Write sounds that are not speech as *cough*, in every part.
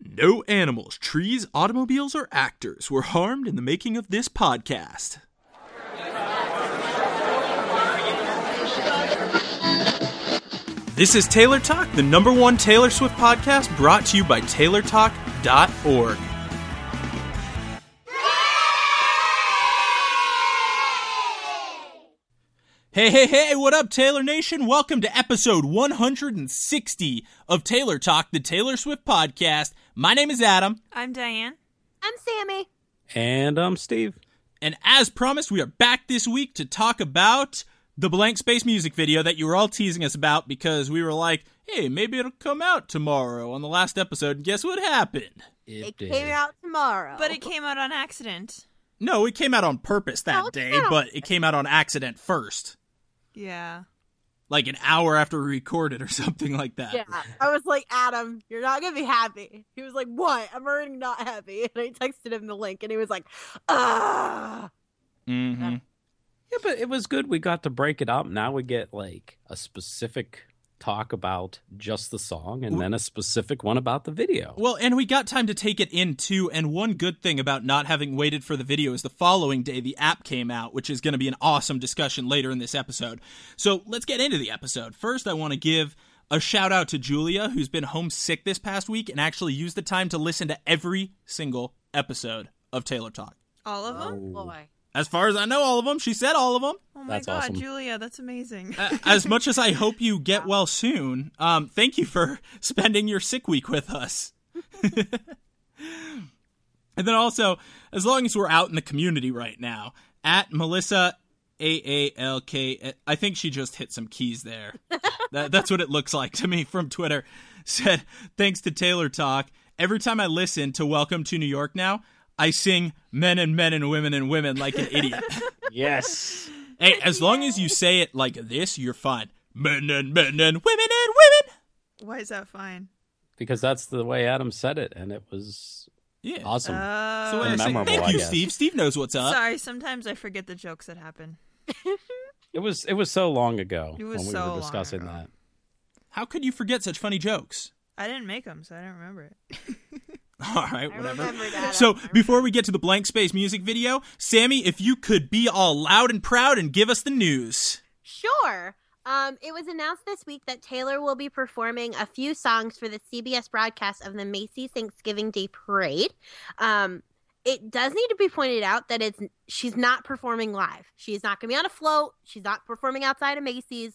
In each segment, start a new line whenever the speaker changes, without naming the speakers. No animals, trees, automobiles, or actors were harmed in the making of this podcast. This is Taylor Talk, the number one Taylor Swift podcast brought to you by TaylorTalk.org. Hey, hey, hey, what up, Taylor Nation? Welcome to episode 160 of Taylor Talk, the Taylor Swift podcast. My name is Adam,
I'm Diane.
I'm Sammy.
And I'm Steve.
and as promised, we are back this week to talk about the Blank Space music video that you were all teasing us about because we were like, hey, maybe it'll come out tomorrow on the last episode. And guess what happened?
It came out tomorrow.
But
*laughs*
it came out on accident.
No, it came out on purpose that
No, it
day,
came out on
but it came out on accident first,
Yeah.
like an hour after we recorded or *laughs* something like that.
yeah, I was like, Adam, you're not gonna be happy. He was like, What? I'm already not happy. *laughs* And I texted him the link, and he was like, Ah.
hmm
Yeah, but it was good. We got to break it up. Now we get like a specific talk about just the song and then a specific one about the video.
Well, and we got time to take it in too. And one good thing about not having waited for the video is the following day the app came out, which is going to be an awesome discussion later in this episode. So let's get into the episode. First, I want to give a shout out to Julia, who's been homesick this past week and actually used the time to listen to every single episode of Taylor Talk.
All of
Oh,
Oh,
them?
Boy.
As far as I know, all of them. She said all of them.
Oh my
That's
god,
awesome.
Julia, that's *laughs* amazing.
A- As much as I hope you get well soon, um, thank you for *laughs* spending your sick week with us. *laughs* and then also, as long as we're out in the community right now, at Melissa A A L K, I think she just hit some keys there. that, that's what it looks like to me from Twitter. Said, thanks to Taylor Talk. Every time I listen to Welcome to New York now, I sing men and men and women and women like an idiot.
*laughs*
yes.
Hey, as long as you say it like this, you're fine. Men and men and women and women.
Why is that fine?
Because that's the way Adam said it and it was
Yeah.
awesome.
Oh.
So when I say,
memorable,
Thank
I
you,
guess.
Steve. Steve knows what's up.
Sorry, sometimes I forget the jokes that happen.
it was it was so long ago
It was
when we
so long
were discussing
ago.
that.
How could you forget such funny jokes? *laughs*
I didn't make them, so I don't remember it.
All right,
I
whatever.
remember *laughs* that.
So before we get to the blank space music video, Sammy, if you could be all loud and proud and give us the news.
Sure. Um, it was announced this week that Taylor will be performing a few songs for the CBS broadcast of the Macy's Thanksgiving Day Parade. Um, it does need to be pointed out that it's she's not performing live. She's not going to be on a float. She's not performing outside of Macy's.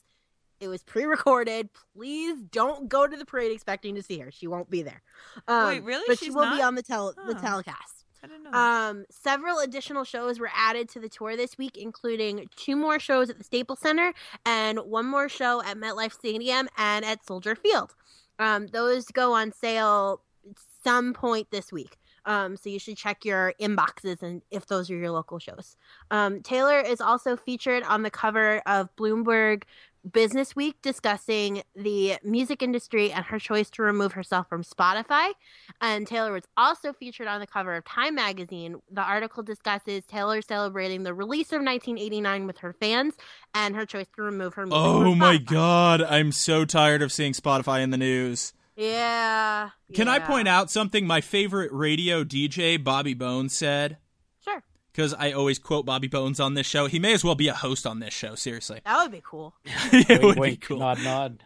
It was pre-recorded. Please don't go to the parade expecting to see her. She won't be there. Um,
Wait, really?
But she
She's
will be
not?
on the tel- the
Oh.
telecast.
I didn't know. that.
Um, several additional shows were added to the tour this week, including two more shows at the Staples Center and one more show at MetLife Stadium and at Soldier Field. Um, those go on sale at some point this week. Um, so you should check your inboxes and if those are your local shows. Um, Taylor is also featured on the cover of Bloomberg Business Week discussing the music industry and her choice to remove herself from Spotify. And Taylor was also featured on the cover of Time magazine. The article discusses Taylor celebrating the release of 1989 with her fans and her choice to remove her music.
Oh
from
my
Spotify.
God, I'm so tired of seeing Spotify in the news.
Yeah.
Can I point out something my favorite radio DJ, Bobby Bones, said?
Sure.
Because I always quote Bobby Bones on this show. He may as well be a host on this show, seriously.
That would be cool.
it
Wink,
would be
wink,
cool.
nod, nod.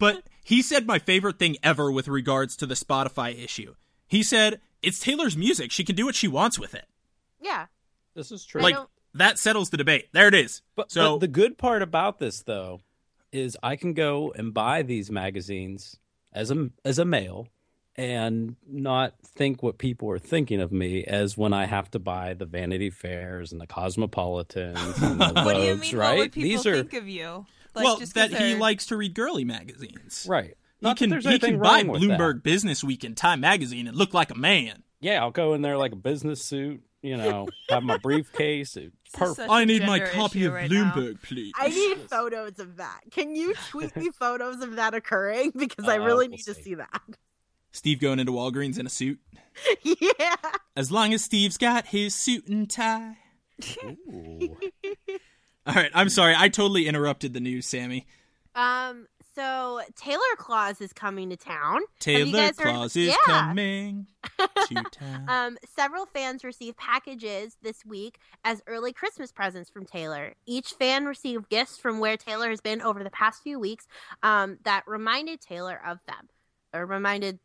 But he said my favorite thing ever with regards to the Spotify issue. He said, It's Taylor's music. She can do what she wants with it.
Yeah.
This is true.
I
Like,
don't-
that settles the debate. There it is.
But,
So-
but the good part about this though is I can go and buy these magazines as a as a male and not think what people are thinking of me as when I have to buy the Vanity Fairs and the Cosmopolitans and the
*laughs* what do you
Vogues,
mean?
right?
What would people
these are
think of you? Like,
well,
just
that
'cause
he
they're- *laughs*
likes to read girly magazines.
right.
He
Not that
can,
there's
he
anything
can buy
wrong with
Bloomberg
That.
Business Week and Time Magazine and look like a man.
Yeah, I'll go in there like a business suit, you
*laughs*
know, have my briefcase. It's
is
perfect.
such- a
I need my
gender
copy
issue
of
right now.
Bloomberg, please. *laughs*
I need photos of that. Can you tweet me photos of that occurring? *laughs* Because I
Uh,
really
we'll
need to
see.
see that.
Steve going into Walgreens in a suit.
*laughs*
yeah.
As long as Steve's got his suit and tie.
Ooh.
*laughs*
All right, I'm sorry. I totally interrupted the news, Sammy.
Um, so Taylor Claus is coming to town. you
Taylor
guys heard-
Claus is
Yeah. *laughs*
coming to town.
Um, several fans received packages this week as early Christmas presents from Taylor. Each fan received gifts from where Taylor has been over the past few weeks um, that reminded Taylor of them, or reminded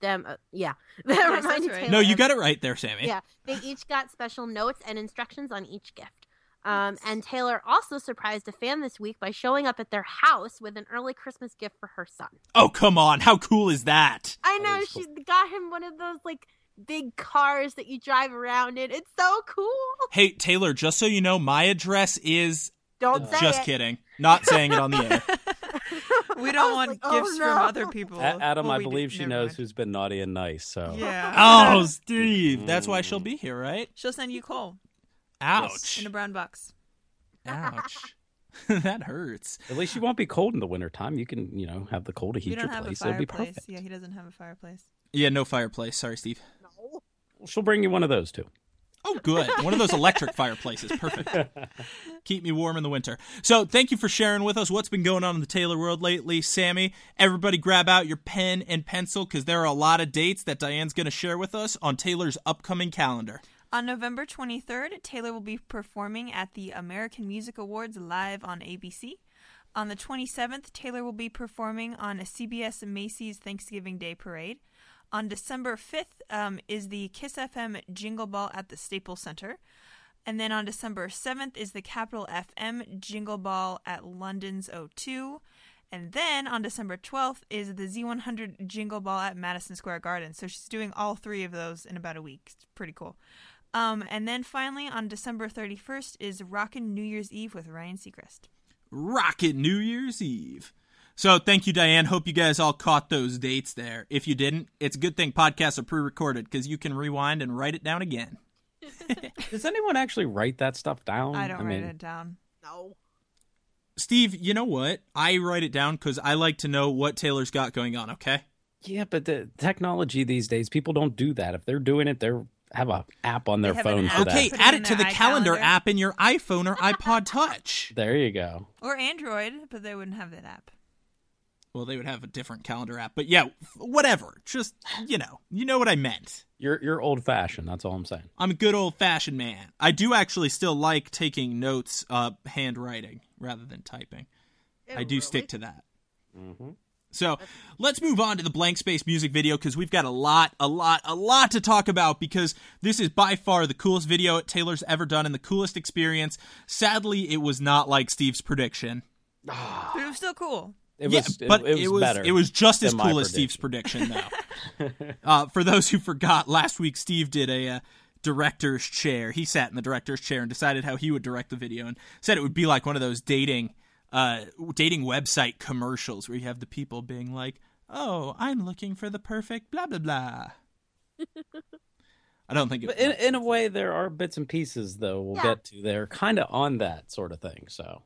them. Of, yeah, *laughs* that
Yes, that's
reminded
right.
Taylor
no, you
of
got it right there, Sammy.
Yeah. they each got special notes and instructions on each gift. Um, and Taylor also surprised a fan this week by showing up at their house with an early Christmas gift for her son.
Oh, come on. How cool is that?
I
That
know
is
she
cool.
got him one of those like big cars that you drive around in. It's so cool. *laughs*
Hey, Taylor, just so you know, my address is
Don't
Uh,
say
just
it.
kidding. Not saying it on
*laughs*
the air.
we
I
don't
was
want
like,
gifts
oh,
from
no. *laughs*
other people.
A- Adam,
Well,
I
we do-
believe she
never
knows
mind.
who's been naughty and nice. So
Yeah.
Oh, Steve, that's why she'll be here, right?
She'll send you coal in
Ouch.
a brown box.
Ouch. *laughs* that hurts.
at least you won't be cold in the wintertime. You can, you know, have the coal to
We
heat your
don't have a
place. It'll be
fireplace.
perfect.
Yeah, he doesn't have a fireplace.
Yeah, no fireplace. Sorry, Steve.
No.
She'll bring you one of those too.
Oh, good. One of those electric fireplaces. Perfect. Keep me warm in the winter. So, thank you for sharing with us what's been going on in the Taylor world lately, Sammy. Everybody, grab out your pen and pencil because there are a lot of dates that Diane's going to share with us on Taylor's upcoming calendar.
On November 23rd, Taylor will be performing at the American Music Awards live on ABC. On the 27th, Taylor will be performing on a CBS and Macy's Thanksgiving Day Parade. On December 5th um, is the Kiss FM Jingle Ball at the Staples Center. And then on December 7th is the Capital FM Jingle Ball at London's O2. And then on December 12th is the Z100 Jingle Ball at Madison Square Garden. So she's doing all three of those in about a week. It's pretty cool. Um, and then finally on December 31st is Rockin' New Year's Eve with Ryan Seacrest.
Rocket New Year's Eve. So thank you, Diane. Hope you guys all caught those dates there. If you didn't, it's a good thing podcasts are pre-recorded because you can rewind and write it down again.
Does anyone actually write that stuff down?
I don't write
Um, mean,
it down.
No.
Steve, you know what? I write it down because I like to know what Taylor's got going on. Okay.
Yeah, but the technology these days, people don't do that. If they're doing it, they're have a app on their
They have an
phone for
app.
that.
Okay,
Put it
add
in
it to the
their
calendar
iCalendar.
app in your iPhone or iPod Touch.
There you go.
Or Android, but they wouldn't have that app.
Well, they would have a different calendar app, but yeah, whatever. Just you know, you know what I meant.
You're you're old fashioned. That's all I'm saying.
I'm a good old fashioned man. I do actually still like taking notes, uh, handwriting rather than typing.
Oh,
I do stick to that. So let's move on to the Blank Space music video because we've got a lot, a lot, a lot to talk about because this is by far the coolest video Taylor's ever done and the coolest experience. Sadly, it was not like Steve's prediction.
But it was still cool.
It
yeah,
was,
but
it, was better.
It was just as
than
cool
my
as Steve's prediction, though.
*laughs*
uh, for those who forgot, last week Steve did a uh, director's chair. He sat in the director's chair and decided how he would direct the video, and said it would be like one of those dating, uh, dating website commercials where you have the people being like, "Oh, I'm looking for the perfect blah blah
*laughs*
blah." I don't think it.
But in, in a way, there are bits and pieces though we'll
Yeah.
get to. They're kind of on that sort of thing. So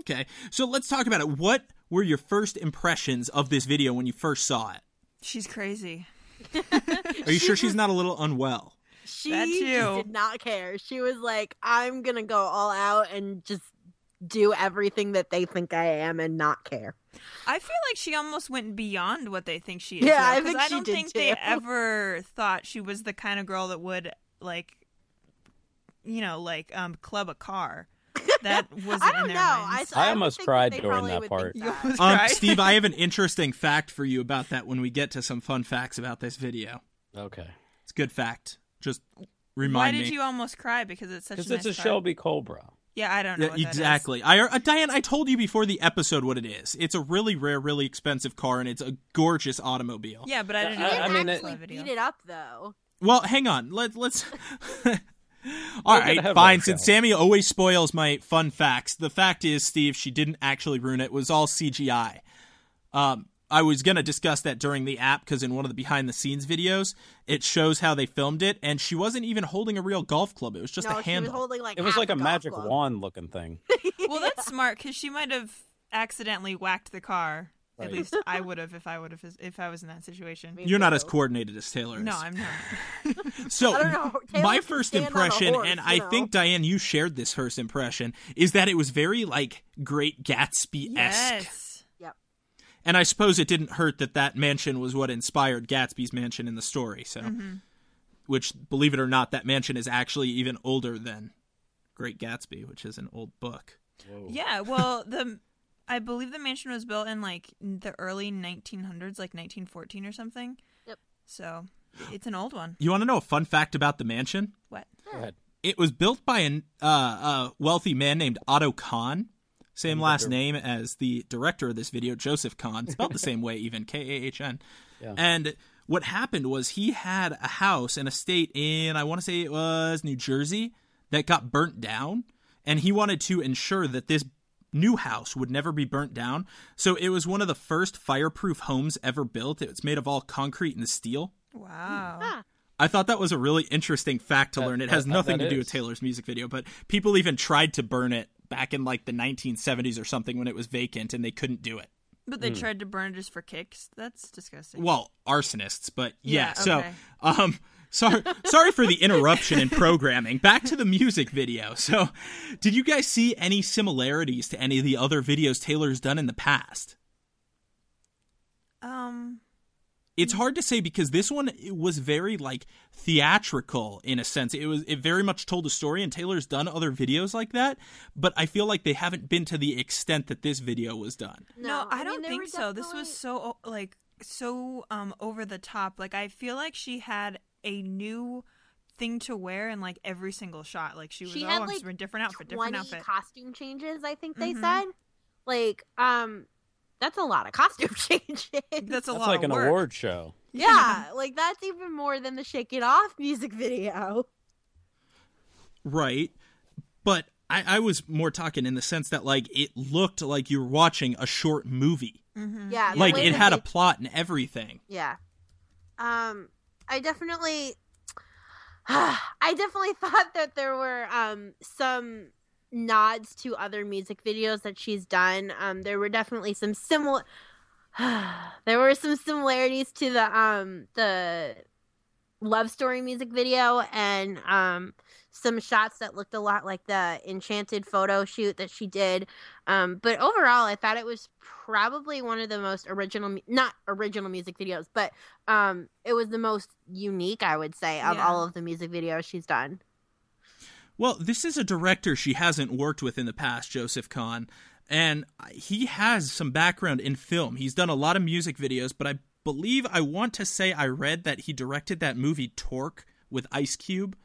okay, so let's talk about it. What were your first impressions of this video when you first saw it?
She's crazy.
Are you sure she's not a little unwell?
She
That
just
too.
did not care. She was like, I'm going to go all out and just do everything that they think I am and not care.
I feel like she almost went beyond what they think she is.
Yeah,
though,
I
'cause
think
I
she
don't
did
think they
too.
ever thought she was the kind of girl that would like, you know, like um, club a
*laughs*
car. That wasn't
I don't
in
know.
their
I,
minds. *laughs*
I almost
think
cried
they
during
probably
that
would
part.
think
You
that.
almost
Um,
cried.
Steve, I
*laughs*
have an interesting fact for you about that when we get to some fun facts about this video.
okay,
It's a good fact. Just
Why
remind
did
me.
you almost cry? Because it's such a
because
nice
it's a
car.
Shelby Cobra.
Yeah, I don't know.
Yeah,
what that is.
exactly. I uh, Diane, I told you before the episode what it is. It's a really rare, really expensive car, and it's a gorgeous automobile.
Yeah, but I didn't.
They
I-
know
I
that
didn't
was
mean, it-
in
actually
the video.
beat it up, though.
Well, hang on. Let, let's. *laughs* All
We'll get
right,
ahead of
fine.
ourselves.
Since Sammy always spoils my fun facts, the fact is, Steve, she didn't actually ruin it. It was all CGI. Um, I was going to discuss that during the app because in one of the behind the scenes videos, it shows how they filmed it, and she wasn't even holding a real golf club. It was just
no,
a
she was
handle.
holding like
It was
half
like a
golf
magic
club.
wand looking
*laughs*
thing.
Well, that's smart because she might have accidentally whacked the car.
Right.
At least I would have if I would have if I was in that situation.
Me
You're not as
too.
coordinated as Taylor is.
No, I'm not.
*laughs*
*laughs*
So
I don't know. Taylor
my
can
first
stand on a
impression,
horse,
and
you
I
know.
think Diane, you shared this first impression, is that it was very like Great Gatsby esque.
Yes.
And I suppose it didn't hurt that that mansion was what inspired Gatsby's mansion in the story. So, which believe it or not, that mansion is actually even older than Great Gatsby, which is an old book.
Yeah, well, the I believe the mansion was built in like the early 1900s, like 1914 or something.
Yep.
So it's an old one.
You want to know a fun fact about the mansion?
What?
Go ahead.
It was built by an, uh, a wealthy man named Otto Kahn, same last name as the director of this video, Joseph Kahn, spelled the same way, even K A H N.
Yeah.
And what happened was he had a house and estate in, I want to say it was New Jersey, that got burnt down. And he wanted to ensure that this new house would never be burnt down. So it was one of the first fireproof homes ever built. It was made of all concrete and steel.
Wow.
Ah,
I thought that was a really interesting fact to
That-
learn. It
that-
has
that-
nothing
that
to do with
is.
Taylor's music video, but people even tried to burn it back in like the 1970s or something when it was vacant and they couldn't do it.
But
Hmm.
they tried to burn it just for kicks. That's disgusting.
Well, arsonists, but yeah.
Yeah,
so,
okay.
um, sorry, sorry for the interruption in programming. Back to the music video. So, did you guys see any similarities to any of the other videos Taylor's done in the past?
um.
it's hard to say because this one was very like theatrical in a sense it was it very much told a story and taylor's done other videos like that but i feel like they haven't been to the extent that this video was done
No, I,
mean,
don't
there were
think so. This was
definitely-
so o- like so um over the top. Like I feel like she had a new thing to wear in like every single shot. Like she was
She
oh, I'm
had,
just
like,
wearing different outfit, different
20
outfit.
costume changes, I think they
Mhm.
said. Like, um, that's a lot of costume *laughs* changes.
That's a
That's
lot
like
of
an
work.
award show.
*laughs* yeah, like that's even more than the Shake It Off music video.
right but i, I was more talking in the sense that like it looked like you were watching a short movie
Mhm.
Yeah, the
like
way
it
that
had
they
a plot and everything
Yeah. Um, I definitely, *sighs* I definitely *laughs* thought that there were um some nods to other music videos that she's done. Um, there were definitely some similar. *sighs* there were some similarities to the um the love story music video and um some shots that looked a lot like the enchanted photo shoot that she did um, but overall, I thought it was probably one of the most original, mu- not original music videos, but um, it was the most unique, I would say, of
Yeah.
all of the music videos she's done.
Well, this is a director she hasn't worked with in the past, Joseph Kahn, and he has some background in film. He's done a lot of music videos, but I believe I want to say I read that he directed that movie Torque with Ice Cube.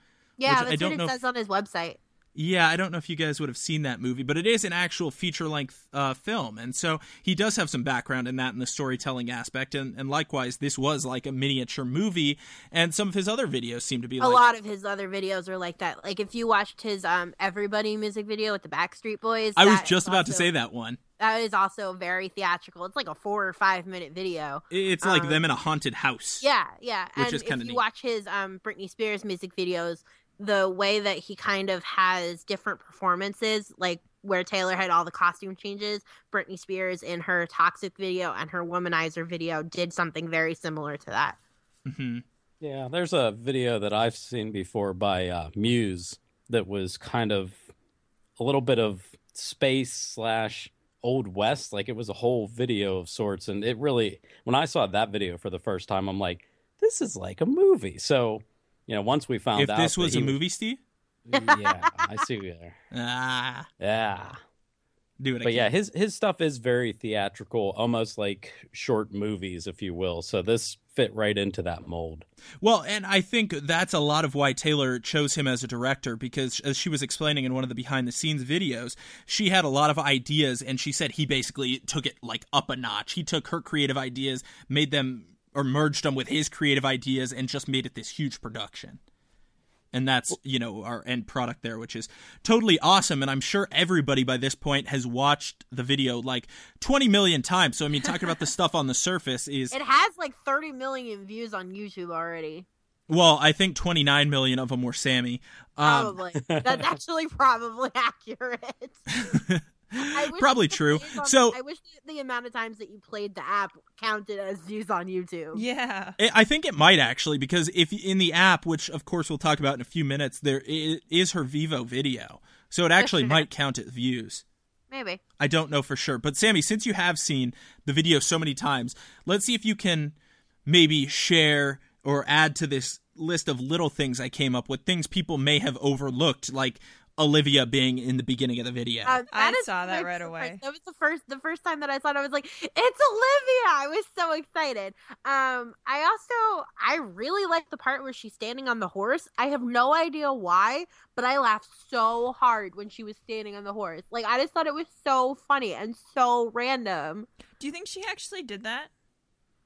Which
Yeah,
I
that's
don't
what
know
it
if-
says on his website.
Yeah, I don't know if you guys would have seen that movie, but it is an actual feature length uh, film. And so he does have some background in that and the storytelling aspect. And, and likewise, this was like a miniature movie, and some of his other videos seem to be
a
like
lot of his other videos are like that. Like if you watched his um, "Everybody" music video with the Backstreet Boys,
I was
that is
just about to
also-
say that one.
That is also very theatrical. It's like a four or five minute video.
It's like
Um,
them in a haunted house.
Yeah, yeah.
Which
and
is
if
kinda
you
neat.
watch his um Britney Spears music videos, the way that he kind of has different performances, like where Taylor had all the costume changes, Britney Spears in her Toxic video and her Womanizer video did something very similar to that.
hmm
Yeah, there's a video that I've seen before by uh, Muse that was kind of a little bit of space slash old west. Like it was a whole video of sorts, and it really, when I saw that video for the first time, I'm like, this is like a movie. So, you know, once we found
if
out
this
that
was a
he-
movie, Steve,
*laughs* yeah, I see you there.
ah,
Yeah,
do it.
but yeah,
again.
his his stuff is very theatrical, almost like short movies, if you will. So this fit right into that mold.
Well, and I think that's a lot of why Taylor chose him as a director because, as she was explaining in one of the behind the scenes videos, she had a lot of ideas, and she said he basically took it like up a notch. He took her creative ideas, made them or merged them with his creative ideas, and just made it this huge production. And that's, you know, our end product there, which is totally awesome. And I'm sure everybody by this point has watched the video like 20 million times. So, I mean, talking about the stuff on the surface is
It has like 30 million views on YouTube already.
Well, I think 29 million of them were Sammy. Um,
Probably.
*laughs*
That's actually probably *laughs* accurate. I wish
Probably
the
true.
views on-
So-
I wish the amount of times that you played the app counted as views on YouTube.
Yeah.
I I think it might actually because if in the app, which of course we'll talk about
*laughs*
in a few minutes, there i- is her Vivo video, so it actually might count as views.
Maybe.
I don't know for sure. But Sammy, since you have seen the video so many times, let's see if you can maybe share or add to this list of little things I came up with, things people may have overlooked, like Olivia being in the beginning of the video.
Uh,
I
is
saw that
my
right
first-
away.
That was the first the first time that I saw it. I was like, "It's Olivia!" I was so excited. Um, I also I really like the part where she's standing on the horse. I have no idea why, but I laughed so hard when she was standing on the horse. Like I just thought it was so funny and so random.
Do you think she actually did that?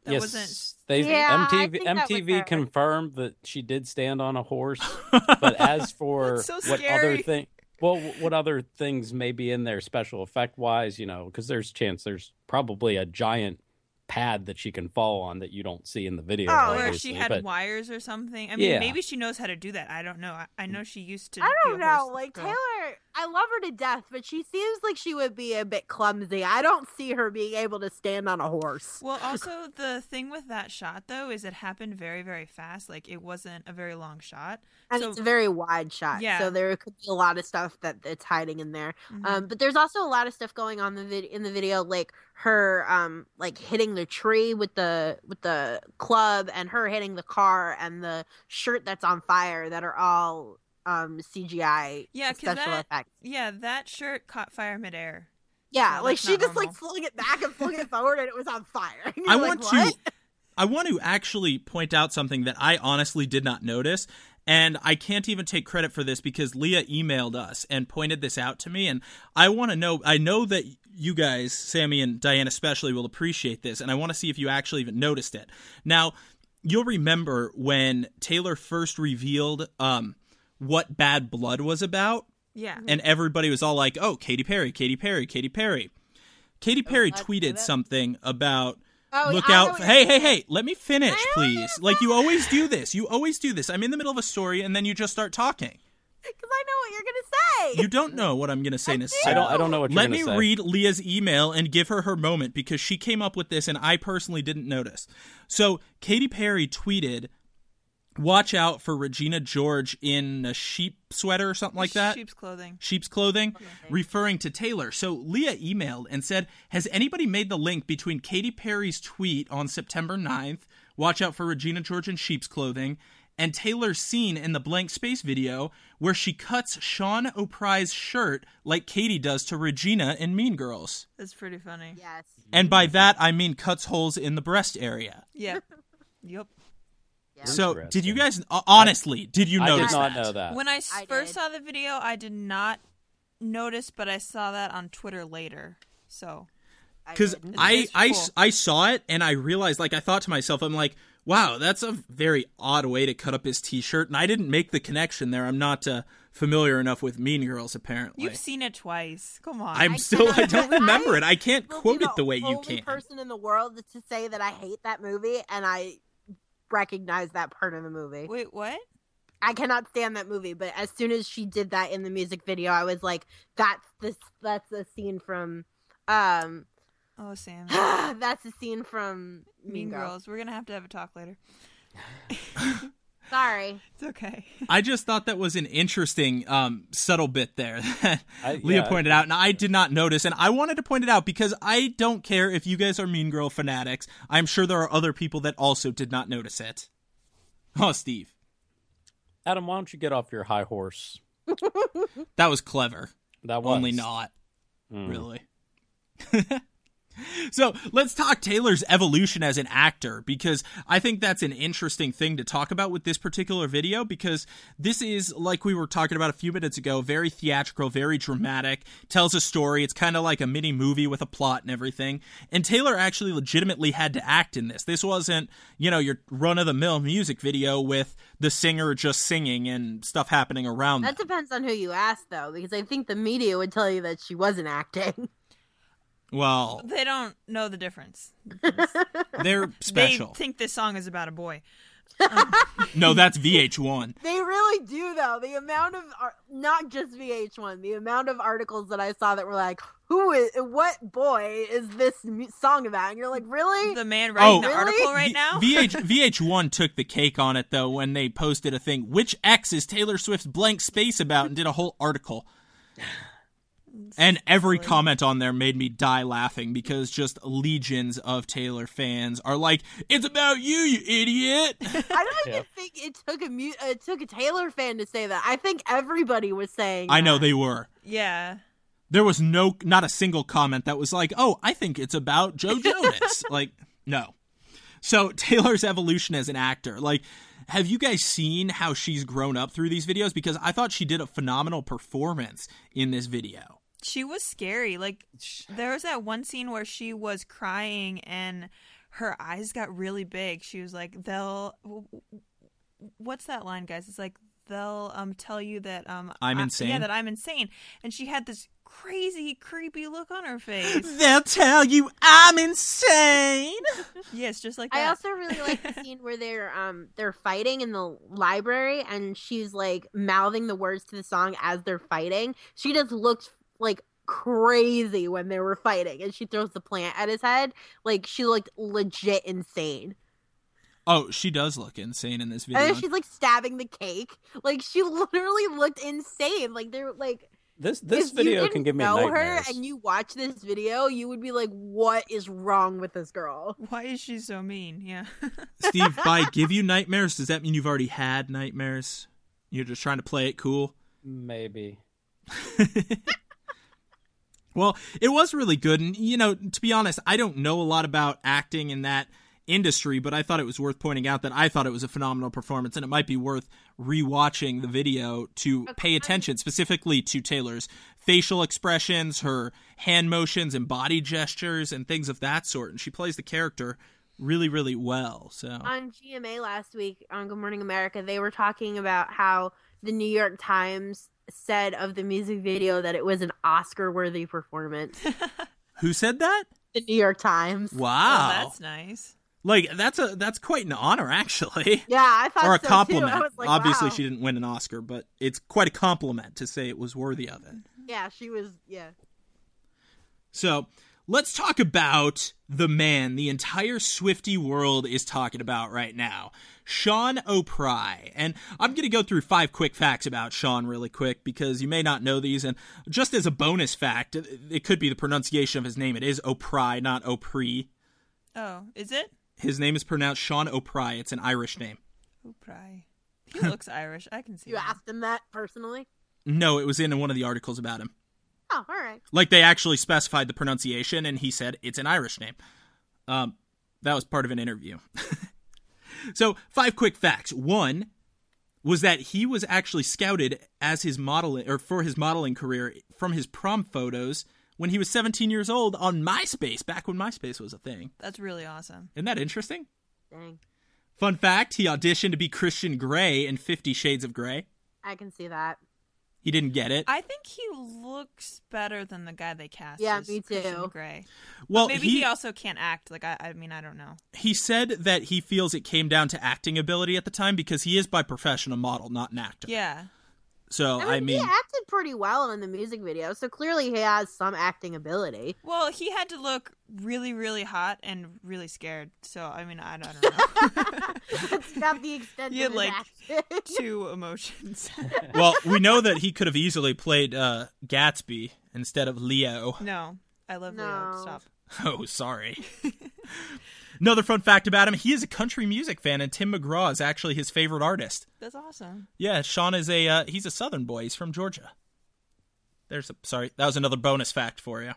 That
yes,
wasn't.
they
Yeah, I
MTV
think that was her.
MTV confirmed that she did stand on a
*laughs*
horse. but as for
That's so
what other
scary.
thing, well, what other things may be in there special effect wise, you know, because there's chance there's probably a giant pad that she can fall on that you don't see in the video.
Oh,
Or if
obviously,
she had
but-
wires or something. I mean,
Yeah.
maybe she knows how to do that. I don't know. I, I know she used to.
I don't
be a horse
know.
*laughs*
Like
girl.
Taylor, I love her to death, but she seems like she would be a bit clumsy. I don't see her being able to stand on a horse. *laughs*
Well, also the thing with that shot though is it happened very, very fast. Like it wasn't a very long shot.
And
So-
it's a very wide shot,
Yeah.
so there could be a lot of stuff that it's hiding in there.
Mhm.
Um, but there's also a lot of stuff going on the vid- in the video, like her um, like hitting the tree with the with the club, and her hitting the car, and the shirt that's on fire, that are all um, CGI
Yeah, 'cause
special
that-
effects.
yeah, that shirt caught fire midair.
Yeah,
no,
like
that's
she
not
just like
normal.
flung it back and flung it forward, and it was on fire. *laughs* And you're
I
like,
want
"What?" *laughs*
to I want to actually point out something that I honestly did not notice and I can't even take credit for this because Leah emailed us and pointed this out to me and I want to know I know that you guys Sammy and Diane especially will appreciate this and I want to see if you actually even noticed it. Now, you'll remember when Taylor first revealed um what Bad Blood was about
Yeah.
and everybody was all like, "Oh, Katy Perry, Katy Perry, Katy Perry."
Oh,
Katy Perry
that's
tweeted
it.
something about
Oh,
look
I know
out
what
for,
you're
hey hey
saying. *laughs*
hey let me finish
I don't
please like you always do this you always do this i'm in the middle of a story and then you just start talking
Because I know what you're gonna say.
you don't know what i'm going to say necessarily
I don't. I don't know what you're
let
gonna
me
say.
read leah's email and give her her moment because she came up with this and i personally didn't notice so katy perry tweeted watch out for regina george in a sheep sweater or something like that
Sheep's clothing.
sheep's clothing, referring to Taylor. So Leah emailed and said, Has anybody made the link between Katy Perry's tweet on September 9th, watch out for Regina George in sheep's clothing, and Taylor's scene in the blank space video where she cuts Sean O'Prie's shirt like Katy does to Regina in Mean Girls?
That's pretty funny.
Yes.
And by
Mm-hmm.
that, I mean cuts holes in the breast area.
Yeah.
*laughs*
yep.
Yeah.
So, did you
Interesting.
guys, uh, honestly, did you
I
notice
did not
that?
know that.
When I, s-
I
first
did.
saw the video, I did not notice, but I saw that on Twitter later. So
because
didn't.
I,
It's
I,
cool.
I saw it and I realized like I thought to myself I'm like wow that's a very odd way to cut up his t-shirt and I didn't make the connection there I'm not uh, familiar enough with Mean Girls apparently
you've seen it twice. Come on.
I'm
I
still I
cannot-
don't remember
I
it I can't
will be
quote it the way you
only
can
person in the world to say that I hate that movie, and I recognize that part of the movie.
Wait, what?
I cannot stand that movie, but as soon as she did that in the music video, I was like, "That's this. That's the scene from." Um, *sighs*
Oh,
*gasps*
Sam.
that's the scene from
mean
Mean, Girls.
Girls. We're going to have to have a talk later. *laughs*
Sorry.
It's okay. *laughs*
I just thought that was an interesting um, subtle bit there *laughs* that
I-
Leah
yeah,
pointed
I-
out, and I did not notice. And I wanted to point it out because I don't care if you guys are Mean Girl fanatics. I'm sure there are other people that also did not notice it. Oh, Steve,
Adam, why don't you get off your high horse?
that was clever.
That was
Only not
Mm.
really. *laughs* so let's talk Taylor's evolution as an actor because I think that's an interesting thing to talk about with this particular video because this is, like we were talking about a few minutes ago, very theatrical, very dramatic, tells a story. It's kind of like a mini movie with a plot and everything. And Taylor actually legitimately had to act in this. This wasn't, you know, your run of the mill music video with the singer just singing and stuff happening around
That
them.
depends on who you ask, though, because I think the media would tell you that she wasn't acting.
Well,
They don't know the difference.
they're special.
They think this song is about a
*laughs*
boy.
No, that's VH1.
*laughs* They really do, though. The amount of ar- not just VH1, the amount of articles that I saw that were like, "Who is what boy is this mu- song about?" And you're like, "Really?"
The man writing the
really?
article right
Oh, *laughs* V-
now?
VH, VH1 took the cake on it, though, when they posted a
*sighs*
thing. Which X is Taylor Swift's blank space about and did a whole article. And every
Silly.
comment on there made me die laughing because just legions of Taylor fans are like, "It's about you, you
*laughs*
idiot."
I don't even
Yeah.
think it took a mute. Uh, it took a Taylor fan to say that. I think everybody was saying.
I know
that.
they were.
Yeah.
There was no, not a single comment that was like, "Oh, I think it's about *laughs* Joe Jonas." like, no. So Taylor's evolution as an actor, like, have you guys seen how she's grown up through these videos? Because I thought she did a phenomenal performance in this video.
She was scary. Like there was that one scene where she was crying and her eyes got really big. She was like, "They'll w- w- what's that line, guys? It's like they'll um tell you that um
I'm
I- Yeah,
insane?
that I'm insane." And she had this crazy creepy look on
*laughs*
her face.
They'll tell you I'm insane.
yes, just like that.
I also really like
*laughs*
the scene where they're um they're fighting in the library and she's like mouthing the words to the song as they're fighting. She just looked like crazy when they were fighting and she throws the plant at his head. Like she looked legit insane.
Oh, she does look insane in this
And
video.
then she's like stabbing the cake. Like she *laughs* literally looked insane. Like they're like
This this
if you
video
didn't
can give me
know her
nightmares.
and you watch this video, you would be like, What is wrong with this girl?
Why is she so mean? Yeah. *laughs*
Oh. *laughs* Steve, by give you nightmares, does that mean you've already had nightmares? You're just trying to play it cool?
Maybe.
Well, it was really good. And, you know, to be honest, I don't know a lot about acting in that industry, but I thought it was worth pointing out that I thought it was a phenomenal performance, and it might be worth rewatching the video to pay attention specifically to Taylor's facial expressions, her hand motions and body gestures, and things of that sort. And she plays the character really, really well. So.
on GMA last week on Good Morning America, they were talking about how the New York Times said of the music video that it was an Oscar
*laughs*
worthy performance.
Who said that?
the New York Times.
Wow.
Well, Oh, that's nice.
Like that's a that's quite an honor actually. *laughs*
Yeah, I thought
or a
so, too.
compliment.
I was like,
Obviously
wow.
she didn't win an Oscar, but it's quite a compliment to say it was worthy of it.
Yeah, she was. Yeah.
So, let's talk about the man the entire Swifty world is talking about right now, Sean O'Pry. And I'm going to go through five quick facts about Sean really quick because you may not know these. And just as a bonus fact, it- it could be the pronunciation of his name. It is O'Pry, not O'Pree.
Oh, is it?
His name is pronounced Sean O'Pry. It's an Irish name.
Who pry? He looks Irish. I can see.
You
that.
asked him that personally?
No, it was in one of the articles about him.
Oh, all right.
Like they actually specified the pronunciation, and he said it's an Irish name. Um, that was part of an interview. *laughs* so, five quick facts. One was that he was actually scouted as his modeling or for his modeling career from his prom photos when he was 17 years old on MySpace, back when MySpace was a thing.
That's really awesome.
Isn't that interesting?
Dang.
Fun fact: he auditioned to be Christian Grey in Fifty Shades of Grey.
I can see that.
He didn't get it.
I think he looks better than the guy they cast.
Yeah,
as
me
Christian
too.
Grey.
well,
Maybe he, also can't act. Like I, I mean, I don't know.
he said that he feels it came down to acting ability at the time because he is by profession a model, not an actor.
Yeah,
So Oh, I mean,
he acted pretty well in the music video, so clearly he has some
*laughs*
acting ability. *laughs*
well, he had to look really, really hot and really scared. So I mean, I, I
*laughs*
don't know. *laughs*
That's about the extent
You
of his
like-
acting. *laughs*
Two emotions. *laughs*
well, we know that he could have easily played uh, Gatsby instead of Leo. *laughs*
no, I love Leo.
No.
Stop.
Oh, *laughs* sorry. Another fun fact about him: he is a country music fan, and Tim McGraw is actually his favorite artist.
That's awesome.
Yeah, Sean is a uh, he's a Southern boy. He's from Georgia. There's a sorry, that was another bonus fact for you.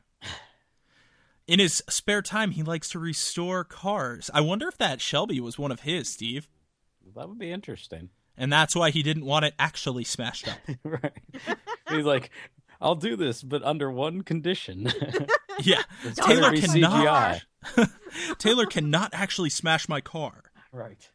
*sighs* In his spare time, he likes to restore cars. I wonder if that Shelby was one of his, Steve,
That would be interesting. *laughs*
and that's why he didn't want it actually smashed up.
right. He's like, I'll do this, but under one condition. *laughs*
Yeah,
It's
Taylor
gotta be
cannot. Taylor cannot actually smash my car.
right.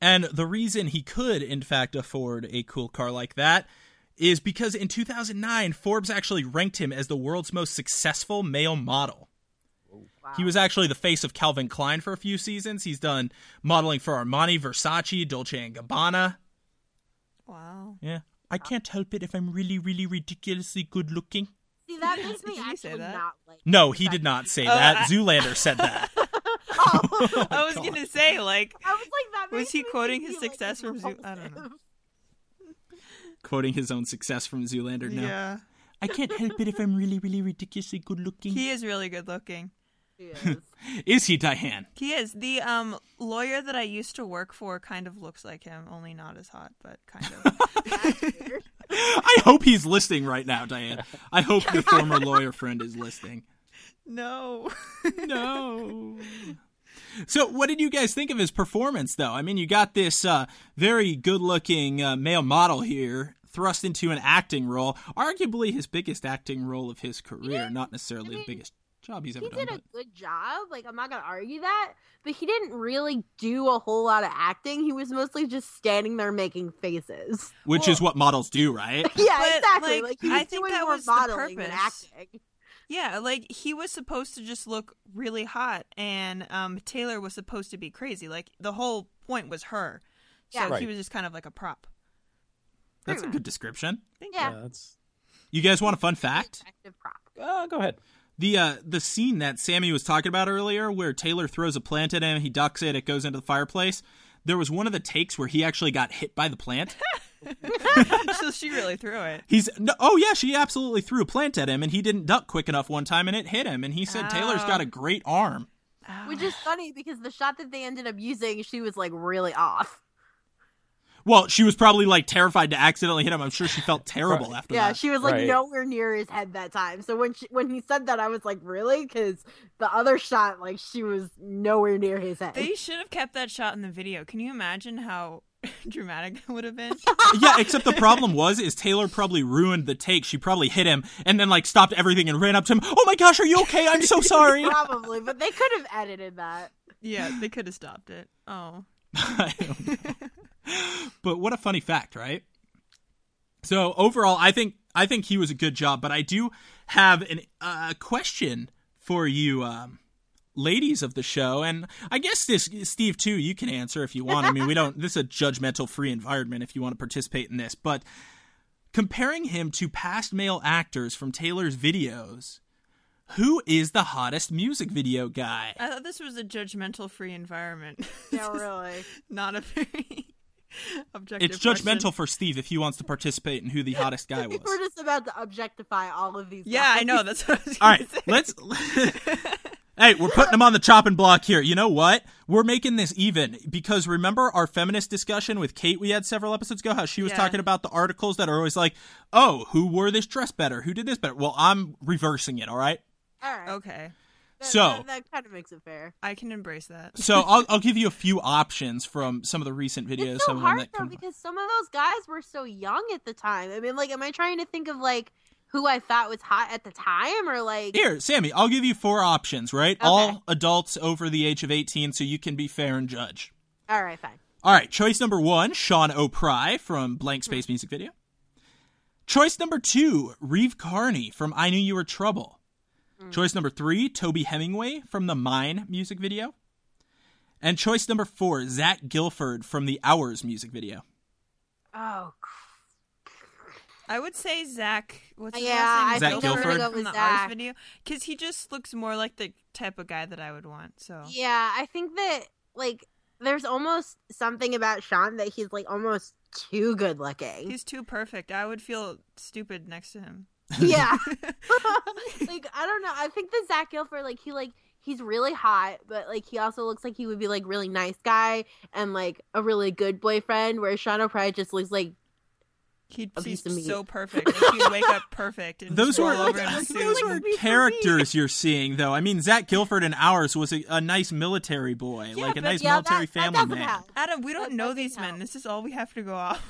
And the reason he could, in fact, afford a cool car like that is because in 2009, Forbes actually ranked him as the world's most successful male model. He was actually the face of Calvin Klein for a few seasons. He's done modeling for Armani, Versace, Dolce and Gabbana.
Wow.
Yeah. I can't help it if I'm really, really ridiculously good looking.
See, that
*laughs*
makes me
Did he say
actually
that?
not like.
No, he did not say
Oh,
that.
I- *laughs*
Zoolander said that. *laughs*
Oh,
I was gonna say like
I was like that.
Was
makes
he
me
quoting
think
his
he, like,
success
is
from Zoo- I don't know.
repulsive.
Quoting his own success from Zoolander. No.
yeah.
I can't help it if I'm really, really ridiculously good looking.
He is really good looking.
*laughs*
Is he Diane?
He is. The um lawyer that I used to work for kind of looks like him, only not as hot, but kind of.
I hope he's listening right now, Diane. I hope your former lawyer friend is listening.
no.
No. So, what did you guys think of his performance, though? I mean, you got this uh, very good looking uh, male model here thrust into an acting role, arguably his biggest acting role of his career, not necessarily
I mean,
the biggest job he's ever
he
done.
did a
but-
good job. Like I'm not gonna argue that, but he didn't really do a whole lot of acting. He was mostly just standing there making faces. *laughs*
which is what models do, right?
Yeah,
But,
exactly.
like,
Like, he was
I think
doing
that
more
was the
modeling than
purpose.
acting.
Yeah, like he was supposed to just look really hot, and um, Taylor was supposed to be crazy. Like the whole point was her, so
Yeah.
he
Right.
was just kind of like a prop.
That's a
much.
good description.
Thank
Yeah.
that's
You guys want a fun fact?
Effective prop.
uh, go ahead.
The uh, the scene that Sammy was talking about earlier, where Taylor throws a plant at him, he ducks it, it goes into the fireplace. There was one of the takes where he actually got hit by the plant.
you. *laughs* so she really threw *laughs* it.
He's no, oh yeah, she absolutely threw a plant at him, and he didn't duck quick enough one time, and it hit him. And he said Taylor's
Ow.
Oh.
got a great arm.
Which
Ah.
is funny because the shot that they ended up using, she was like really off.
Well, she was probably like terrified to accidentally hit him. I'm sure she
*laughs*
felt terrible
Right.
after
Yeah,
that.
she was like
Right.
nowhere near his head that time. So when she, when he said that, I was like, really? Because the other shot, like she was nowhere near his head.
they should have kept that shot in the video. Can you imagine how *laughs* dramatic that would have been?
yeah, except the problem was is Taylor probably ruined the take. She probably hit him and then like stopped everything and ran up to him. Oh my gosh, are you okay? I'm so sorry.
Probably, but they could have
*laughs*
edited that.
*laughs* yeah, they could have stopped it. Oh,
I don't know. *laughs* but what a funny fact, right? So overall, I think I think he was a good job, but I do have an uh, question for you, um, ladies of the show, and I guess this Steve too. You can answer if you want. I mean, we don't. *laughs* This is a judgmental free environment. If you want to participate in this, but comparing him to past male actors from Taylor's videos, who is the hottest music video guy?
I thought this was a judgmental-free environment. *laughs*
Yeah,
This is
really.
not a very *laughs* objective.
It's
question.
judgmental for Steve if he wants to participate in who the hottest
*laughs*
guy was.
We're just about to objectify all of these.
Yeah, I
guys.
know. That's what I was.
All
Gonna
right,
say.
let's. *laughs* hey, we're putting them on the chopping block here. You know what? We're making this even because remember our feminist discussion with Kate we had several episodes ago. How she was
Yeah.
talking about the articles that are always like, "Oh, who wore this dress better? Who did this better?" Well, I'm reversing it. All right.
All
*laughs*
right.
Okay,
That-
So-
that, that kind of makes it fair.
I can embrace that.
*laughs*
So I'll, I'll give you a few options from some of the recent videos.
It's so
some of them
hard
that
though
come.
because some of those guys were so young at the time. I mean, like, am I trying to think of like who I thought was hot at the time, or like
Here, Sammy, I'll give you four options. Right,
Okay.
all adults over the age of 18, so you can be fair and judge.
all right, fine.
All right, choice number one, Sean O'Pry from Blank Space
Hmm.
Music Video. Choice number two, Reeve Carney from I Knew You Were Trouble.
Hmm.
Choice number three, Toby Hemingway from the Mine music video. And choice number four, Zach Gilford from the Hours music video.
Oh,
I would say Zach. What's his
Yeah,
last
I
name?
Zach think I'm gonna
go
from
with
the
Zach.
Ours video, because he just looks more like the type of guy that I would want. So
Yeah, I think that like there's almost something about Sean that he's like almost too good looking.
he's too perfect. I would feel stupid next to him.
yeah. *laughs* like I don't know. I think that Zach Gilford like he like he's really hot, but like he also looks like he would be like really nice guy and like a really good boyfriend. Whereas Sean O'Pry just looks like
He'd
A
be
piece of Oh, meat.
so perfect. Like, he'd wake
*laughs*
up perfect and
Those
roll
were *laughs*
over in a suit.
those were
Like,
characters you're seeing, though. I mean, Zach Gilford in Ours was a, a nice military boy,
Yeah,
like a
but-
nice
yeah, that-
military
that
family
doesn't
man.
help.
Adam, we
That
don't know
doesn't
these men.
help.
This is all we have to
*laughs*
go off.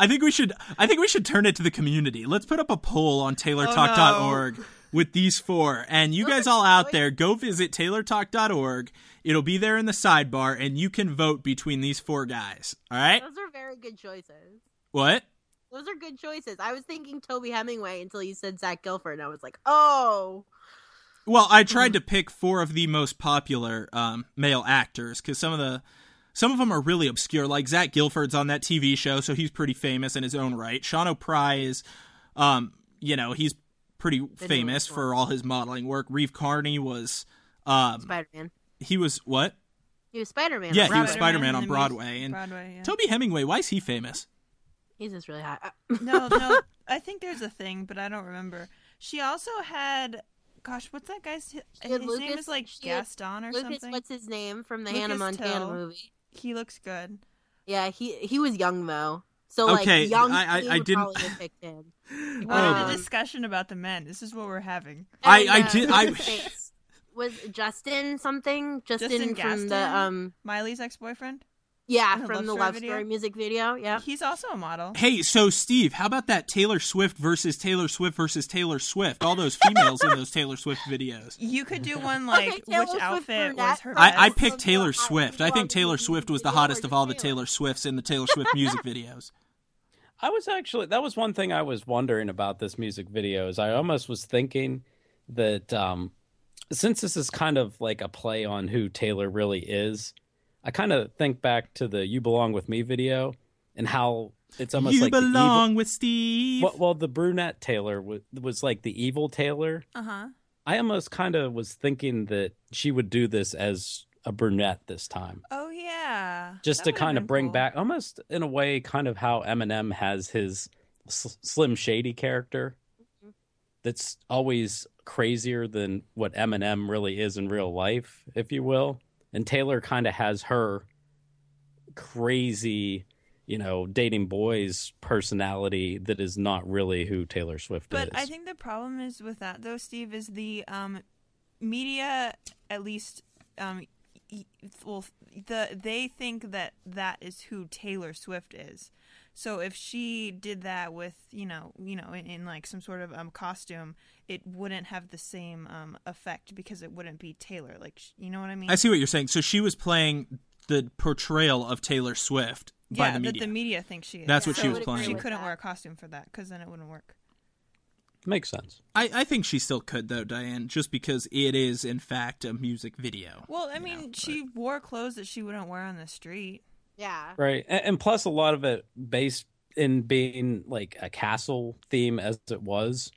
I think we should. I think we should turn it to the community. Let's put up a poll on TaylorTalk.org with these four, and you guys all out there, go visit TaylorTalk.org. It'll be there in the sidebar, and you can vote between these four guys. All right?
those are very good choices.
What?
Those are good choices. I was thinking Toby Hemingway until you said Zach Gilford, and I was like, oh,
Well, I tried to pick four of the most popular um, male actors because some of the some of them are really obscure. Like Zach Gilford's on that TV show, so he's pretty famous in his own right. Sean O'Pry is, um, you know, he's pretty famous for all his modeling work. Reeve Carney was, um,
Spider Man.
he was what?
He was Spider Man.
Yeah, he was
Spider-Man
Spider-Man
and
on
the
Broadway, and
Broadway. Yeah.
Toby Hemingway. Why is he famous?
He's just really hot.
*laughs* No, no. I think there's a thing, but I don't remember. She also had, gosh, what's that guy's? His
She had
name
Lucas-
is like
she had
Gaston or
Lucas,
something.
what's his name from the
Lucas
Hannah Montana
Till.
movie?
He looks good.
Yeah, he he was young though. So
Okay,
like young,
I- I-
Steve
I
would
didn't-
probably have picked him.
We
Oh,
had
Um,
a discussion about the men. This is what we're having.
*laughs* I-
And,
I
uh,
did- I- *laughs*
what's his face? was Justin something Justin,
Justin
from
Gaston?
the um
Miley's ex-boyfriend.
yeah
In the
from
Love
the
Story
Love
video?
Story music video. Yep.
He's also a model.
*laughs* Hey, so Steve, how about that Taylor Swift versus Taylor Swift versus Taylor Swift? All those females in those Taylor Swift videos.
You could do one like
okay, Taylor
which
Swift
outfit
brunette
was her best.
I, I
Yes.
picked Taylor
Well, I-
Swift. I think Taylor
well,
Swift was the
you
hottest
were
of all the
Taylor.
Taylor Swifts in the Taylor Swift music videos.
I was actually that was one thing I was wondering about this music video is I almost was thinking that um since this is kind of like a play on who Taylor really is, I kind of think back to the "You Belong with Me" video and how it's almost
you
like the evil-
belong with Steve.
well, well, the brunette Taylor was, was like the evil Taylor.
Uh huh.
I almost kind of was thinking that she would do this as a brunette this time
Oh yeah.
just
That
to
would've
kind of
been
bring
cool.
back almost in a way kind of how eminem has his S- slim shady character
Mm-hmm.
Mhm.
that's always crazier than what eminem really is in real life if you will and taylor kind of has her crazy you know dating boys personality that is not really who taylor swift
But
is
I think the problem is with that though, Steve, is the um, media at least um, e- well, the they think that that is who Taylor Swift is. So if she did that with you know you know in, in like some sort of um, costume, it wouldn't have the same um, effect because it wouldn't be Taylor. Like sh- you know what I mean?
I see what you're saying. So she was playing the portrayal of Taylor Swift by
yeah,
the
that
media.
the media thinks she is.
That's
what
So
she was playing.
She
with
couldn't
that.
wear a costume for that because then it wouldn't work.
makes sense
I, I think she still could though, Diane, just because it is in fact a music video.
Well, I
you
mean,
know, but-
she wore clothes that she wouldn't wear on the street.
Yeah.
right and, and plus a lot of it based in being like a castle theme as it was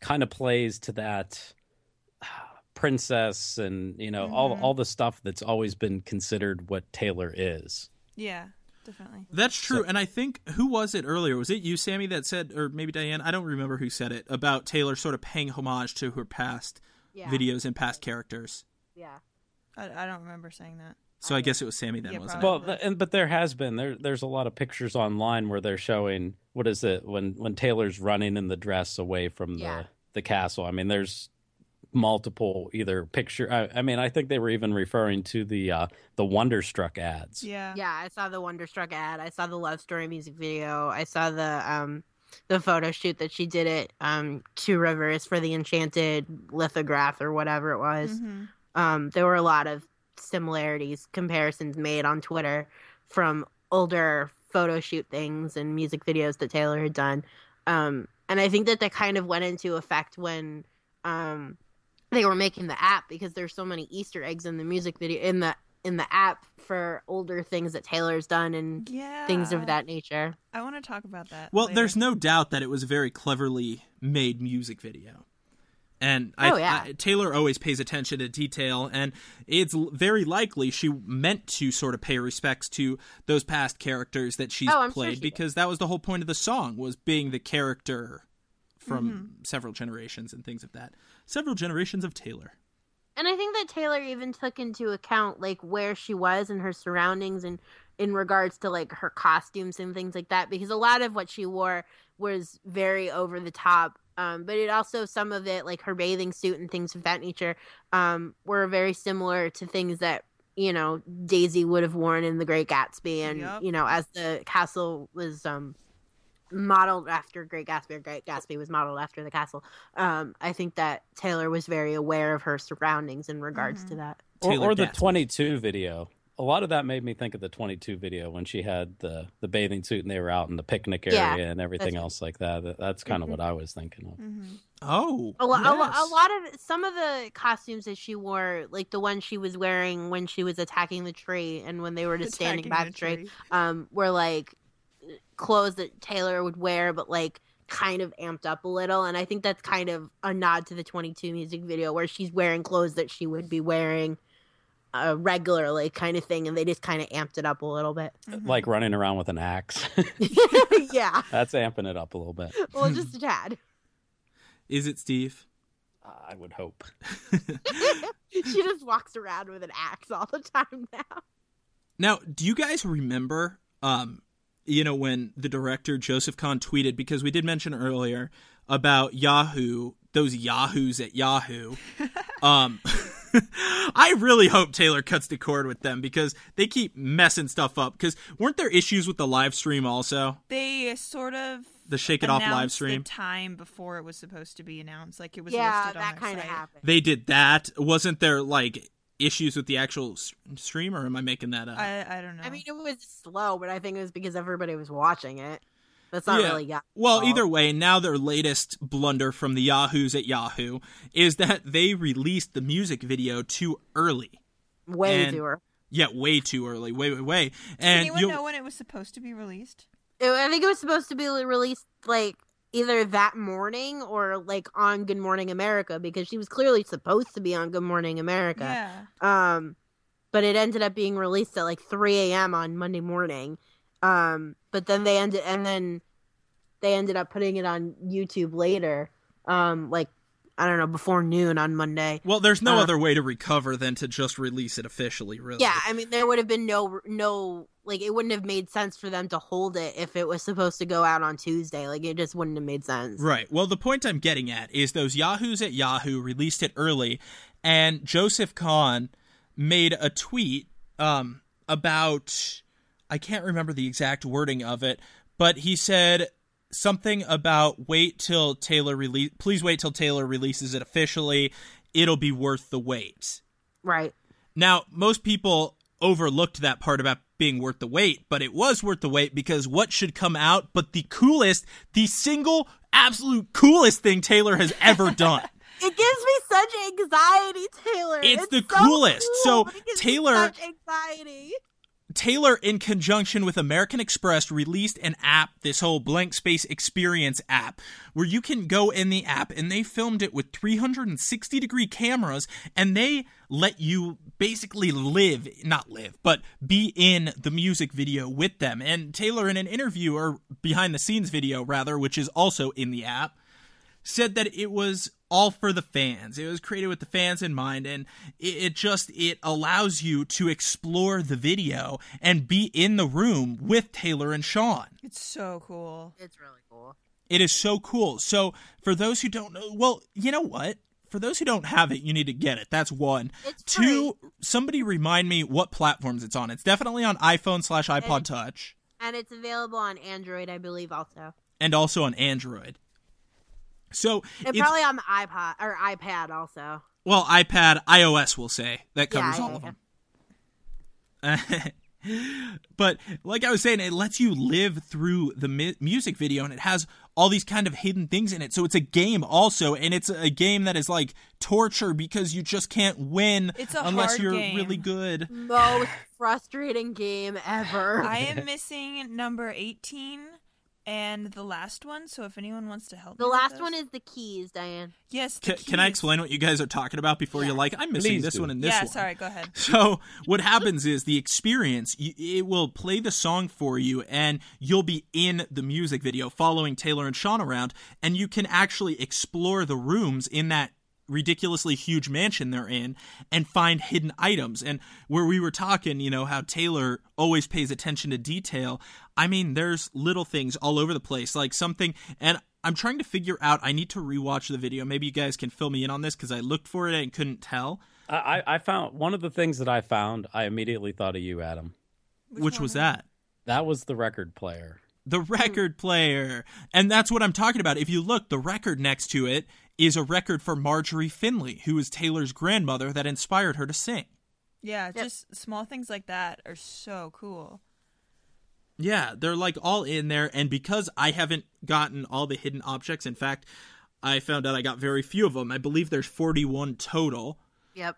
kind of plays to that *sighs* ah, princess and you know all
Mhm.
all the stuff that's always been considered what taylor is
Yeah, definitely.
That's true.
So-
and I think, who was it earlier? Was it you, Sammy, that said, or maybe Diane? I don't remember who said it about Taylor sort of paying homage to her past
Yeah.
videos and past characters.
Yeah.
I, I don't remember saying that.
So I guess it was Sammy then,
Yeah,
wasn't
probably.
it?
well th- and but there has been there there's a lot of pictures online where they're showing what is it when when taylor's running in the dress away from
Yeah.
the the castle i mean there's multiple either picture I, I mean i think they were even referring to the uh the wonderstruck ads
Yeah.
Yeah, I saw the Wonderstruck ad. I saw the Love Story music video. I saw the um the photo shoot that she did at um Two Rivers for the Enchanted lithograph or whatever it was.
Mhm.
Um there were a lot of similarities, comparisons made on Twitter from older photo shoot things and music videos that Taylor had done. Um and I think that that kind of went into effect when um they were making the app because there's so many Easter eggs in the music video in the in the app for older things that Taylor's done and
Yeah.
things of that nature.
I want to talk about that.
Well,
later.
there's no doubt that it was a very cleverly made music video. And
Oh,
I,
yeah.
I- Taylor always pays attention to detail, and it's l- very likely she meant to sort of pay respects to those past characters that she's
Oh, I'm sure
played
she did.
because that was the whole point of the song was being the character from
Mm-hmm.
several generations and things of that. Several generations of Taylor.
And I think that Taylor even took into account like where she was and her surroundings and in regards to like her costumes and things like that because a lot of what she wore was very over the top. Um, but it also some of it like her bathing suit and things of that nature um, were very similar to things that you know Daisy would have worn in The Great Gatsby and
Yup.
you know as the castle was um, modeled after Great Gatsby or Great Gatsby was modeled after the castle. Um, I think that Taylor was very aware of her surroundings in regards to that.
or,
Taylor
or the
Gatsby.
22 video a lot of that made me think of the 22 video when she had the the bathing suit and they were out in the picnic area
Yeah,
and everything
right.
else like that, That- that's kind of
Mm-hmm.
Mhm.
what i was thinking of
Mhm.
Oh,
A, lo- a, lo- a
yes.
lot of some of the costumes that she wore, like the one she was wearing when she was attacking the tree and when they were just standing
Attacking
by
the
the tree,
Uh,
um, were like clothes that Taylor would wear, but like kind of amped up a little. And I think that's kind of a nod to the 22 music video where she's wearing clothes that she would be wearing uh, regularly kind of thing, and they just kind of amped it up a little bit. *laughs*
Mhm.
like running around with an axe. *laughs*
yeah,
That's amping it up a little bit.
well, just a tad. *laughs*
Is it Steve? *laughs*
I would hope.
she just walks around with an axe all the time now.
Now, do you guys remember, um, you know, when the director Joseph Kahn tweeted because we did mention earlier about Yahoo, those Yahoos at *laughs* Yahoo. um, *laughs* I really hope Taylor cuts the cord with them because they keep messing stuff up. Because weren't there issues with the live stream also?
they sort of
The Shake It Off live
announced
stream.
the time before it was supposed to be announced. Like it was
yeah,
listed on
that
their
kind of
site.
happened.
they did that. Wasn't there like issues with the actual s- stream, or am I making that up?
I I don't know.
uh,
I mean, it was slow, but I think it was because everybody was watching it. That's not
Yeah.
really yeah.
Well,
Oh.
either way, now their latest blunder from the Yahoos at Yahoo is that *laughs* they released the music video too early.
way
And-
to her.
Yeah, way too early. Way, way, way.
Did
And
anyone
you'll-
know when it was supposed to be released?
It- I think it was supposed to be released like either that morning or like on Good Morning America because she was clearly supposed to be on Good Morning America.
Yeah.
Um, but it ended up being released at like 3 a.m. on Monday morning. Um, but then they ended and then they ended up putting it on YouTube later. Um, like I don't know before noon on Monday.
well, there's no
Uh.
other way to recover than to just release it officially, really.
Yeah, I mean there would have been no no like it wouldn't have made sense for them to hold it if it was supposed to go out on Tuesday. Like it just wouldn't have made sense.
Right. Well, the point I'm getting at is those Yahoos at Yahoo released it early, and Joseph Kahn made a tweet um, about, I can't remember the exact wording of it, but he said something about wait till Taylor release, please wait till Taylor releases it officially. It'll be worth the wait.
Right.
Now, most people overlooked that part about being worth the wait, but it was worth the wait because what should come out but the coolest, the single absolute coolest thing Taylor has ever done.
It gives me such anxiety, Taylor.
It's the
so
coolest.
cool,
So,
but it gives me
Taylor-
such anxiety.
Taylor, in conjunction with American Express, released an app, this whole blank space experience app, where you can go in the app and they filmed it with 360 degree cameras and they let you basically live, not live, but be in the music video with them. And Taylor, in an interview or behind the scenes video, rather, which is also in the app, said that it was all for the fans. It was created with the fans in mind, and it, it just it allows you to explore the video and be in the room with Taylor and Sean.
It's so cool.
It's really cool.
It is so cool. So for those who don't know, well, you know what? For those who don't have it, you need to get it. That's one.
It's free.
Two, somebody remind me what platforms it's on. It's definitely on iPhone slash iPod Touch
and it's available on Android, I believe, also,
and also on Android. So
and
it's,
probably on the iPod or iPad also.
well, iPad, iOS, we'll say that
Yeah,
covers
yeah,
all of them. *laughs* but like I was saying, it lets you live through the mu- music video, and it has all these kind of hidden things in it. So it's a game also, and it's a game that is like torture because you just can't win
It's a
unless
hard
you're
game.
really good. *sighs*
Most frustrating game ever.
I am missing number 18 and the last one. So if anyone wants to help,
the
me with
last
those-
one is the keys, Diane.
yes.
Ca
the
can I
keys.
explain what you guys are talking about before you're like, I'm missing
Please
this
do.
one and this
yeah,
one?
sorry. Go ahead.
So what happens is the experience y- it will play the song for you and you'll be in the music video following Taylor and Sean around and you can actually explore the rooms in that ridiculously huge mansion they're in and find hidden items and where we were talking you know how Taylor always pays attention to detail I mean there's little things all over the place like something and I'm trying to figure out I need to rewatch the video maybe you guys can fill me in on this cuz I looked for it and couldn't tell
I, I I found one of the things that I found. I immediately thought of you, Adam.
which, was
one?
that
That was the record player.
the record player. And that's what I'm talking about. If you look, the record next to it is a record for Marjorie Finley, who is Taylor's grandmother that inspired her to sing.
Yeah, just small things like that are so cool.
Yeah, they're like all in there. And because I haven't gotten all the hidden objects, in fact, I found out I got very few of them. I believe there's 41 total.
Yep.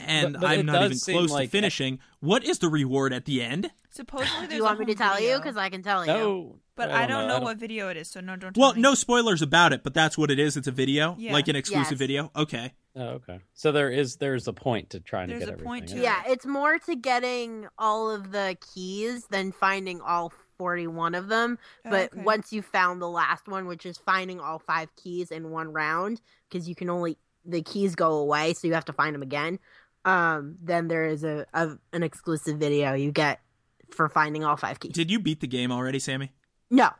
and
But- but it
I'm not
does
even
seem
close
like-
to finishing. What is the reward at the end?
*sighs*
Supposedly, there's
Do you want
a
me to
home
tell you?
video,
Because I can tell you.
Oh.
No,
but I don't, know,
I
what video it is, so no, don't. Tell
Well,
me.
no spoilers about it, but that's what it is. It's a video,
Yeah.
like an exclusive
Yes.
video. Okay.
Oh, okay. So there is there's a point to trying
There's
to get
a
everything.
point to-
yeah.
Yeah, it's more to getting all of the keys than finding all 41 of them.
Oh,
But
okay.
once you found the last one, which is finding all five keys in one round, because you can only the keys go away, so you have to find them again. Um, then there is a, a an exclusive video you get for finding all five keys.
Did you beat the game already, Sammy?
No,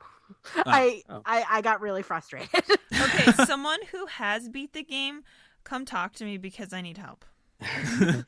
I,
Oh.
I I got really frustrated.
*laughs*
*laughs*
okay, someone who has beat the game, come talk to me because I need help. *laughs*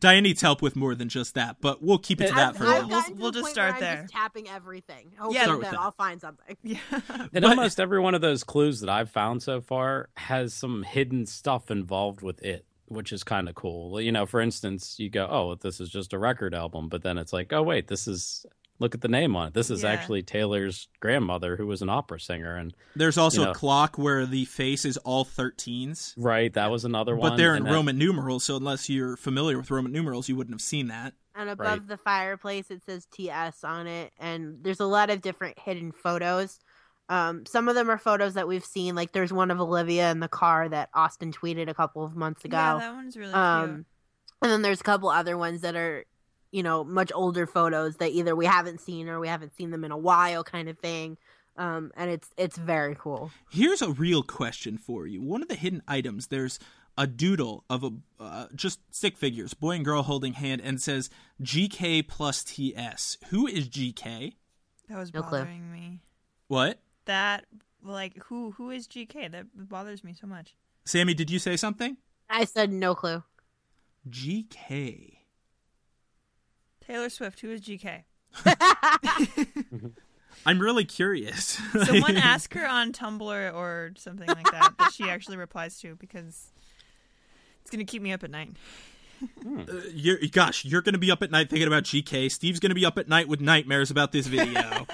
Diane needs help with more than just that, but we'll keep it to
Yeah,
that
I've-
for
I've
now.
gotten to
We'll
the
just
point where
start
I'm
there.
Just tapping everything, hoping
Start
with
that
that.
I'll find something.
Yeah.
And
But-
almost every one of those clues that I've found so far has some hidden stuff involved with it, which is kind of cool. You know, for instance, you go, "Oh, this is just a record album," but then it's like, "Oh, wait, this is look at the name on it. This is
Yeah.
actually Taylor's grandmother who was an opera singer." And
There's also
You know.
a clock where the face is all 13s,
right, that was another one.
but they're in
and that-
Roman numerals, so unless you're familiar with Roman numerals, you wouldn't have seen that.
And above the fireplace, it says TS on it. And there's a lot of different hidden photos. Um, some of them are photos that we've seen. Like there's one of Olivia in the car that Austin tweeted a couple of months ago.
yeah, that one's really
um, and then there's a couple other ones that are, you know, much older photos that either we haven't seen or we haven't seen them in a while, kind of thing. Um, and it's it's very cool.
Here's a real question for you. One of the hidden items, there's a doodle of a uh, just stick figures, boy and girl holding hand, and it says GK plus TS. Who is GK?
cute. That was
No clue.
bothering me.
What?
That like who who is GK? That bothers me so much.
Sammy, did you say something?
I said no clue.
GK.
Taylor Swift, who is *laughs* GK?
I'm really curious. *laughs*
Someone ask her on Tumblr or something like that that she actually replies to because it's gonna keep me up at night.
Uh, you're, gosh, you're going to be up at night thinking about GK. Steve's going to be up at night with nightmares about this video.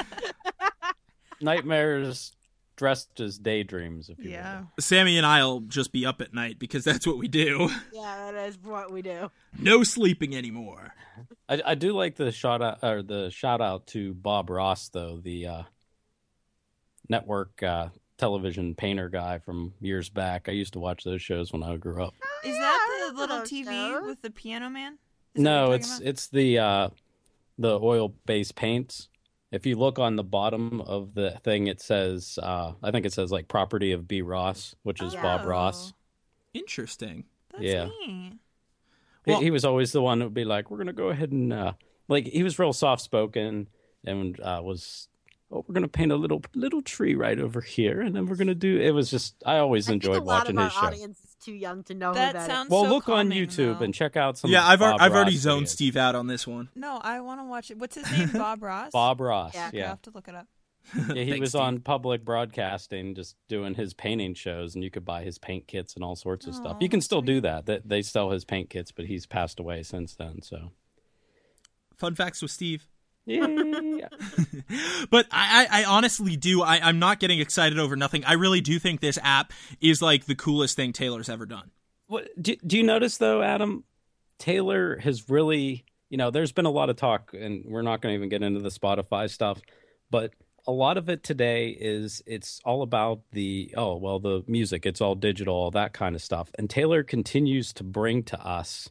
nightmares dressed as daydreams. If you
Yeah.
will.
Sammy and I'll just be up at night because that's what we do.
Yeah, that is what we *laughs* do.
No sleeping anymore.
I, I do like the shout out or the shout out to Bob Ross though the uh, network uh, television painter guy from years back. I used to watch those shows when I grew up.
Is
yeah, I
that
remember
the little
those
TV
shows.
with the piano man? Is that what
No,
you're
it's
talking
it's the uh, the oil based paints. If you look on the bottom of the thing, it says uh, I think it says like property of B Ross, which is
about?
Bob Ross.
Oh,
Interesting.
That's
Yeah.
neat.
He-
Well-
he, was always the one that would be like, "We're gonna go ahead and uh, like." He was real soft spoken and uh, was, "Oh, we're gonna paint a little little tree right over here, and then we're gonna do." It was just I always
I think
enjoyed
a lot
watching
of
his
our
show.
audience is too young to know who
That
that is.
sounds
well,
so
look on
calming,
YouTube
though.
and check out some.
yeah, I've al-
Bob
I've already
Ross
zoned
videos.
Steve out on this one.
No, I want to watch it. What's his
*laughs*
name? Bob Ross.
Bob Ross,
Yeah,
yeah,
Okay, I'll
yeah.
have to look it up.
he
Thanks,
was
Steve.
on public broadcasting, just doing his painting shows, and you could buy his paint kits and all sorts of stuff.
Aw,
You can
that's
still do
sweet.
that. That they sell his paint kits, but he's passed away since then.
*laughs*
So,
Fun facts with Steve.
yeah.
but I, I, I honestly do. I, I'm not getting excited over nothing. I really do think this app is like the coolest thing Taylor's ever done.
What do, do you notice though, Adam? Taylor has really, you know, there's been a lot of talk, and we're not going to even get into the Spotify stuff, but a lot of it today is it's all about the oh well the music it's all digital all that kind of stuff and taylor continues to bring to us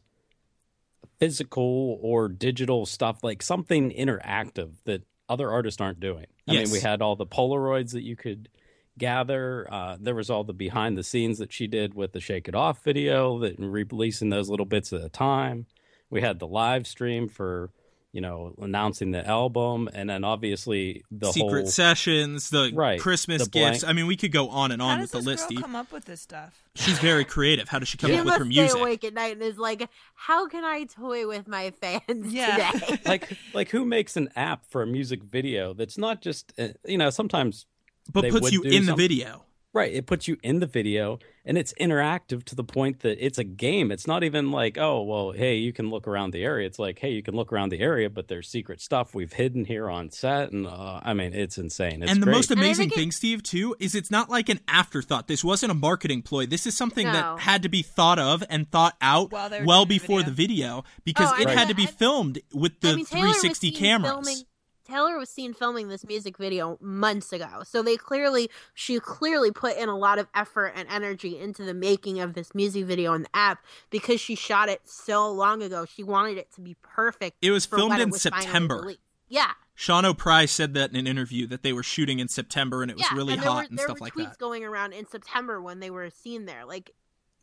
physical or digital stuff like something interactive that other artists aren't doing i mean
Yes.
we had all the polaroids that you could gather uh, there was all the behind the scenes that she did with the shake it off video that and releasing those little bits at a time we had the live stream for you know announcing the album and then obviously the
Secret
whole
sessions, the
Right.
Christmas
The blank-
gifts. I mean, we could go on and
How
on with
does
the
this
list.
girl
Steve.
come up with this stuff?
*laughs*
She's very creative. How does she come
she
up with
must
her music?
stay awake at night and is like, "How can I toy with my *laughs* fans
Yeah.
today?"
*laughs* like like who makes an app for a music video that's not just uh, you know sometimes
but
they
puts
would
you
do
in the
some-
video.
Right. It puts you in the video and it's interactive to the point that it's a game. It's not even like, oh, well, hey, you can look around the area. It's like, hey, you can look around the area, but there's secret stuff we've hidden here on set. And uh, I mean, it's insane. It's
and the
great.
most
I
amazing
think it-
thing, Steve, too, is it's not like an afterthought. This wasn't a marketing ploy. This is something
No.
that had to be thought of and thought out
While they were
well
doing the
before
video.
the video because
Oh, I
it
mean,
had to be
I-
filmed with the
*laughs* I mean, Taylor was
360
seen
cameras.
Filming, Taylor was seen filming this music video months ago, so they clearly, she clearly put in a lot of effort and energy into the making of this music video on the app because she shot it so long ago. She wanted it to be perfect.
It was
for when
filmed
it
in
was finally
September.
released. Yeah,
Sean O'Pry said that in an interview that they were shooting in September and it was
yeah,
really
and there
hot
were,
and
there
stuff
were
like
tweets
that.
going around in September when they were seen there. Like,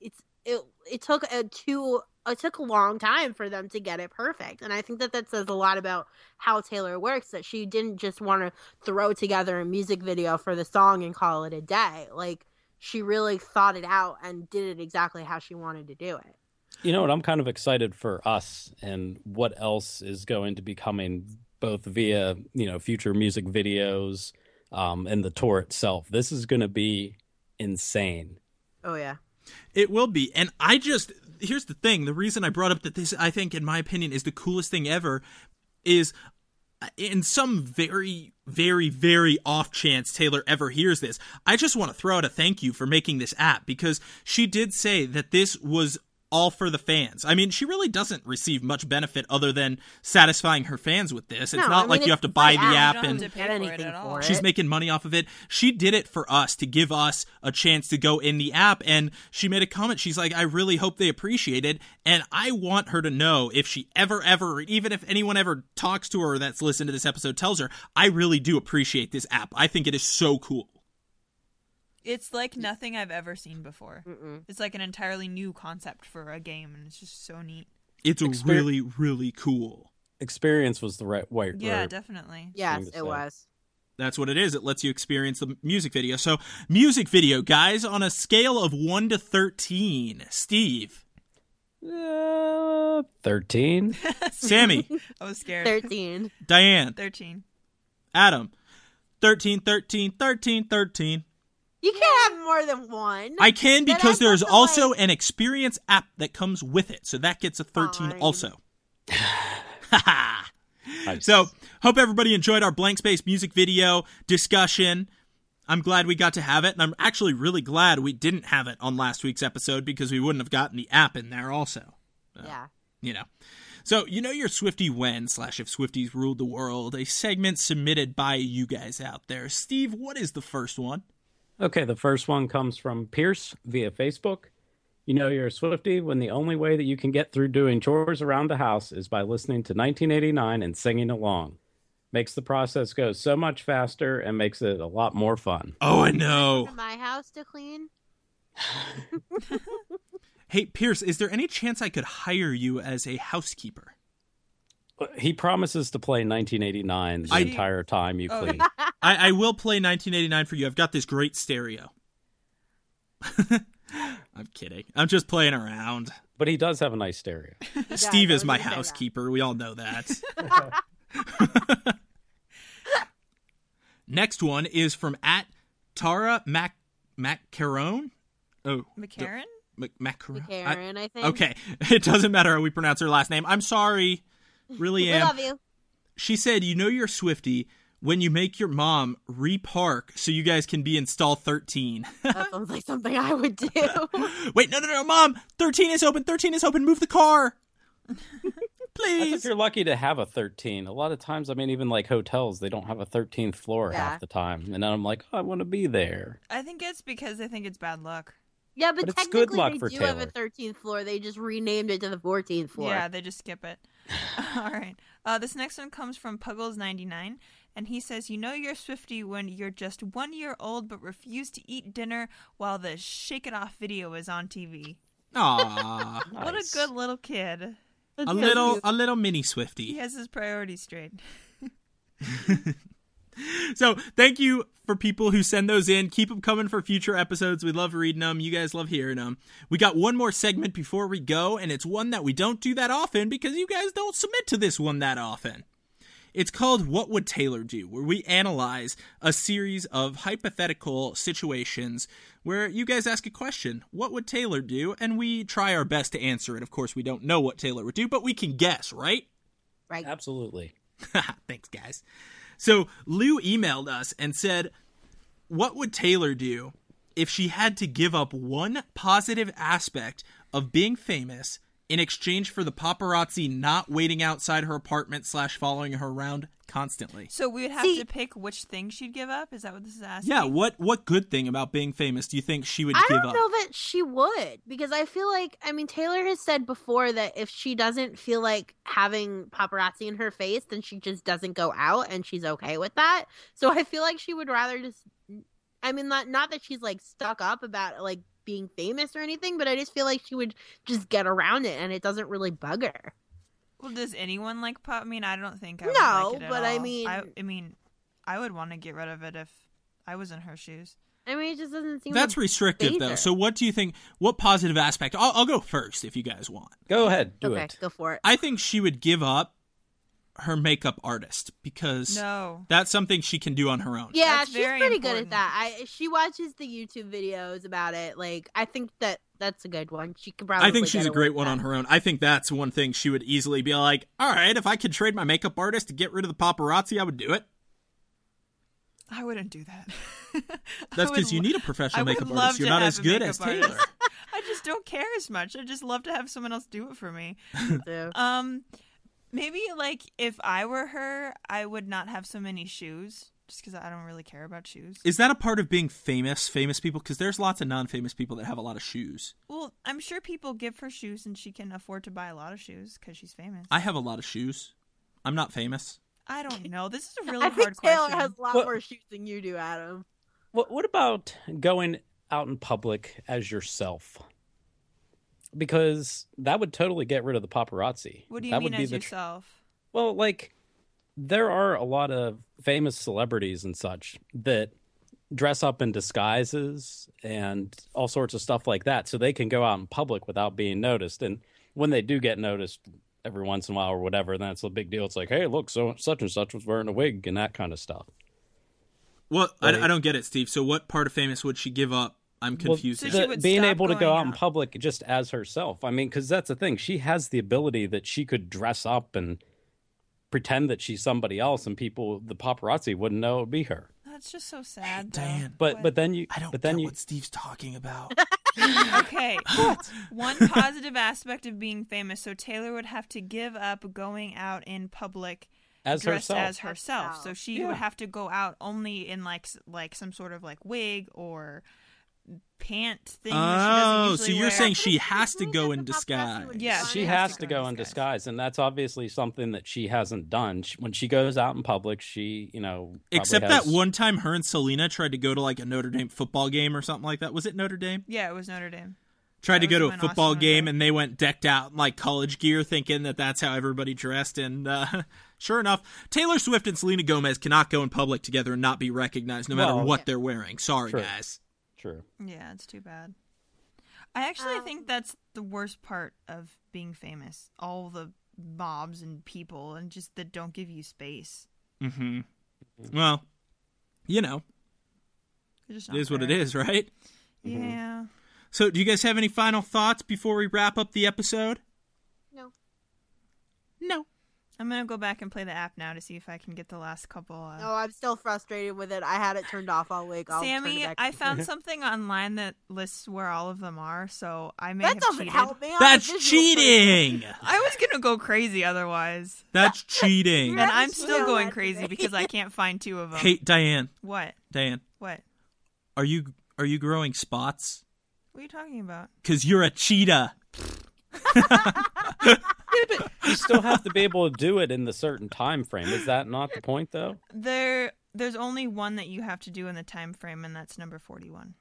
it's it it took a two it took a long time for them to get it perfect, and I think that that says a lot about how Taylor works. That she didn't just want to throw together a music video for the song and call it a day. Like, she really thought it out and did it exactly how she wanted to do it.
You know what? I'm kind of excited for us and what else is going to be coming, both via you know future music videos um, and the tour itself. This is going to be insane.
Oh yeah,
It will be. And I just here's the thing, the reason I brought up that this I think in my opinion is the coolest thing ever is uh, in some very very very off chance Taylor ever hears this, I just want to throw out a thank you for making this app because she did say that this was all for the fans. I mean, she really doesn't receive much benefit other than satisfying her fans with this. It's
No,
not
I
like
mean,
you have to
it's
buy
free
the
app. You
app
don't
and
have to pay
Get
for it
anything
at all.
for it.
She's making money off of it. She did it for us to give us a chance to go in the app. And she made a comment. She's like, I really hope they appreciate it. And I want her to know if she ever, ever, even if anyone ever talks to her that's listened to this episode tells her, I really do appreciate this app. I think it is so cool.
It's like nothing I've ever seen before.
Mm-mm.
It's like an entirely new concept for a game, and it's just so neat.
It's
Exper-
really, really cool.
Experience was the right way.
Yeah,
right-
definitely.
yes,
to say.
*laughs*
it was.
That's what it is. It lets you experience the music video. So, music video, guys, on a scale of 1 to 13, Steve,
Uh, Thirteen.
Sammy,
I was scared.
Thirteen.
Diane,
Thirteen.
Adam. 13, 13, 13, 13.
You can't have more than one.
I can
But
because
I
there's
thought the,
also
like-
an experience app that comes with it. So that gets a 13
Fine.
also. *laughs* Ha ha. So, hope everybody enjoyed our blank space music video discussion. I'm glad we got to have it, and I'm actually really glad we didn't have it on last week's episode because we wouldn't have gotten the app in there also.
yeah.
you know. So you know your Swifty when slash if Swifties ruled the world, a segment submitted by you guys out there. Steve, what is the first one?
Okay, the first one comes from Pierce via Facebook. You know you're a Swifty when the only way that you can get through doing chores around the house is by listening to 1989 and singing along. Makes the process go so much faster and makes it a lot more fun.
Oh, I know.
To my house to clean.
Hey Pierce, is there any chance I could hire you as a housekeeper?
He promises to play 1989 the
I-
entire time you
Oh.
clean.
I, I will play 1989 for you. I've got this great stereo. *laughs* I'm kidding. I'm just playing around.
But he does have a nice stereo.
*laughs*
You
Steve
guys
is my
always say that.
housekeeper. We all know that. *laughs* Next one is from at Tara Mac Macaron. Oh,
McCarran?
Mac- Macaron. I-
Karen, I, think.
okay, *laughs* it doesn't matter how we pronounce her last name. I'm sorry, really
*laughs* We
am.
love
*laughs*
you.
She said, "You know you're Swifty when you make your mom repark so you guys can be in stall 13."
That sounds like something I would
*laughs*
do.
*laughs* Wait, no, no, no, mom. 13 is open. 13 is open. Move the car. *laughs*
That's if
Please.
you're lucky to have a 13. A lot of times, I mean, even like hotels, they don't have a 13th floor
Yeah.
half the time. And then I'm like, oh, I want to be there.
I think it's because they think it's bad luck.
yeah, but,
But it's
technically
good luck
we
for
do have a 13th floor. They just renamed it to the 14th floor.
Yeah, they just skip it. *laughs* All right. Uh, this next one comes from Puggles99, and he says, You know you're Swifty when you're just one year old but refuse to eat dinner while the Shake It Off video is on TV.
Aw,
What a
Nice.
good little kid.
*laughs* That's
a
so
little,
cute.
a little mini Swifty.
He has his priorities straight.
So thank you for people who send those in. Keep them coming for future episodes. We love reading them. You guys love hearing them. We got one more segment before we go, and it's one that we don't do that often because you guys don't submit to this one that often. It's called What Would Taylor Do, where we analyze a series of hypothetical situations where you guys ask a question What would Taylor do? And we try our best to answer it. Of course, we don't know what Taylor would do, but we can guess, right?
Right.
Absolutely.
*laughs* Thanks, guys. So Lou emailed us and said, What would Taylor do if she had to give up one positive aspect of being famous in exchange for the paparazzi not waiting outside her apartment slash following her around constantly?
So we would have
See-
to pick which thing she'd give up. Is that what this is asking?
Yeah, what what good thing about being famous do you think she would
I
give
don't
up?
know that she would because I feel like I mean Taylor has said before that if she doesn't feel like having paparazzi in her face, then she just doesn't go out and she's okay with that. So I feel like she would rather just I mean not not that she's like stuck up about like being famous or anything, but I just feel like she would just get around it and it doesn't really bug her.
Well, does anyone like pop? I mean, I don't think I would
No,
like it at
but I
all.
mean-
I, I mean, I would want to get rid of it if I was in her shoes.
I mean it just doesn't seem
That's
like,
restrictive though.
favor.
So what do you think what positive aspect? I'll, I'll go first if you guys want.
Go ahead, do
okay,
it.
go for it.
I think she would give up her makeup artist because
No,
that's something she can do on her own.
Yeah,
That's
she's
very
pretty good at
important.
that. I she watches the YouTube videos about it. Like I think that that's a good one. She could probably.
I think she's
get
a
away
great
with
one
that.
on her own. I think that's one thing she would easily be like, all right, if I could trade my makeup artist to get rid of the paparazzi, I would do it.
I wouldldn't do that. *laughs* I
That's
would
because you
lo-
need a
I
professional
would
makeup
love
artist. You're
to
not
have
as
a
good
makeup
as Taylor.
artist. I just don't care as much. I just love to have someone else do it for me.
too.
Um, maybe like if I were her, I would not have so many shoes, just because I don't really care about shoes.
*laughs* Is that a part of being famous, famous people? Because there's lots of non famous people that have a lot of shoes.
Well, I'm sure people give her shoes, and she can afford to buy a lot of shoes because she's famous.
I have a lot of shoes. I'm not famous.
I
*laughs*
don't know. This is a *laughs* really
I
hard
think Taylor
question.
has a lot
Well-
more shoes than you do, Adam.
What what about going out in public as yourself? Because that would totally get rid of the paparazzi.
What do you
that
mean
would be
as
the tr-
yourself?
Well, like there are a lot of famous celebrities and such that dress up in disguises and all sorts of stuff like that so they can go out in public without being noticed and when they do get noticed every once in a while or whatever then it's a big deal it's like hey look so such and such was wearing a wig and that kind of stuff
Well,
Right.
I, I don't get it, Steve. So, what part of famous would she give up? I'm
Well,
confused.
So
now.
she
the-
would
being
stop
able to go
going
out in
out.
public just as herself. I mean, because that's the thing. She has the ability that she could dress up and pretend that she's somebody else, and people, the paparazzi, wouldn't know it would be her.
That's just so sad. though.
Diane,
But
What?
but then you
I don't
but then
get
you
what Steve's talking about.
*laughs*
*laughs*
okay. One positive aspect of being famous, so Taylor would have to give up going out in public
as
dressed
herself.
as herself. So she
Yeah.
would have to go out only in like s- like some sort of like wig or pant thing. that she doesn't
oh, so
usually
you're
wear.
saying
I
she
think-
has
I
to
think
go
that's
in
a paparazzi
disguise?
would
Yeah,
she
she
has,
has
to go in disguise. and that's obviously something that she hasn't done. She, when she goes out in public, she you know probably
Except
has-
that one time her and Selena tried to go to like a Notre Dame football game or something like that. Was it Notre Dame?
yeah, it was Notre Dame.
Tried to
That
go
was
to a
when
football
Austin was
game
there.
and they went decked out in like college gear thinking that that's how everybody dressed. And uh, *laughs* sure enough, Taylor Swift and Selena Gomez cannot go in public together and not be recognized no matter
Well,
what
yeah.
they're wearing. Sorry,
True.
guys.
True.
Yeah, it's too bad. I actually
Um,
think that's the worst part of being famous. All the mobs and people and just that don't give you space.
Mm-hmm.
hmm Well, you know,
They're just
it
not
is what it
fair.
is, right?
Mhm.
Yeah.
So, do you guys have any final thoughts before we wrap up the episode?
No.
No.
I'm gonna go back and play the app now to see if I can get the last couple. Uh...
No, I'm still frustrated with it. I had it turned off all week. I'll turn it
Sammy,
back.
I found something online that lists where all of them are, so I may
that
have
doesn't
cheated.
help me. I'm a
That's
visual
cheating.
I was gonna go crazy otherwise,
*laughs*
That's cheating.
*laughs*
Yeah.
and I'm
just
still
feel
going
that
crazy
*laughs* today.
because I can't find two of them.
Hey, Diane.
What?
Diane,
What?
are you are you growing spots?
What are you talking about?
Cause you're a cheetah.
You still have to be able to do it in the certain time frame. Is that not the point though?
There, there's only one that you have to do in the time frame, and that's number 41.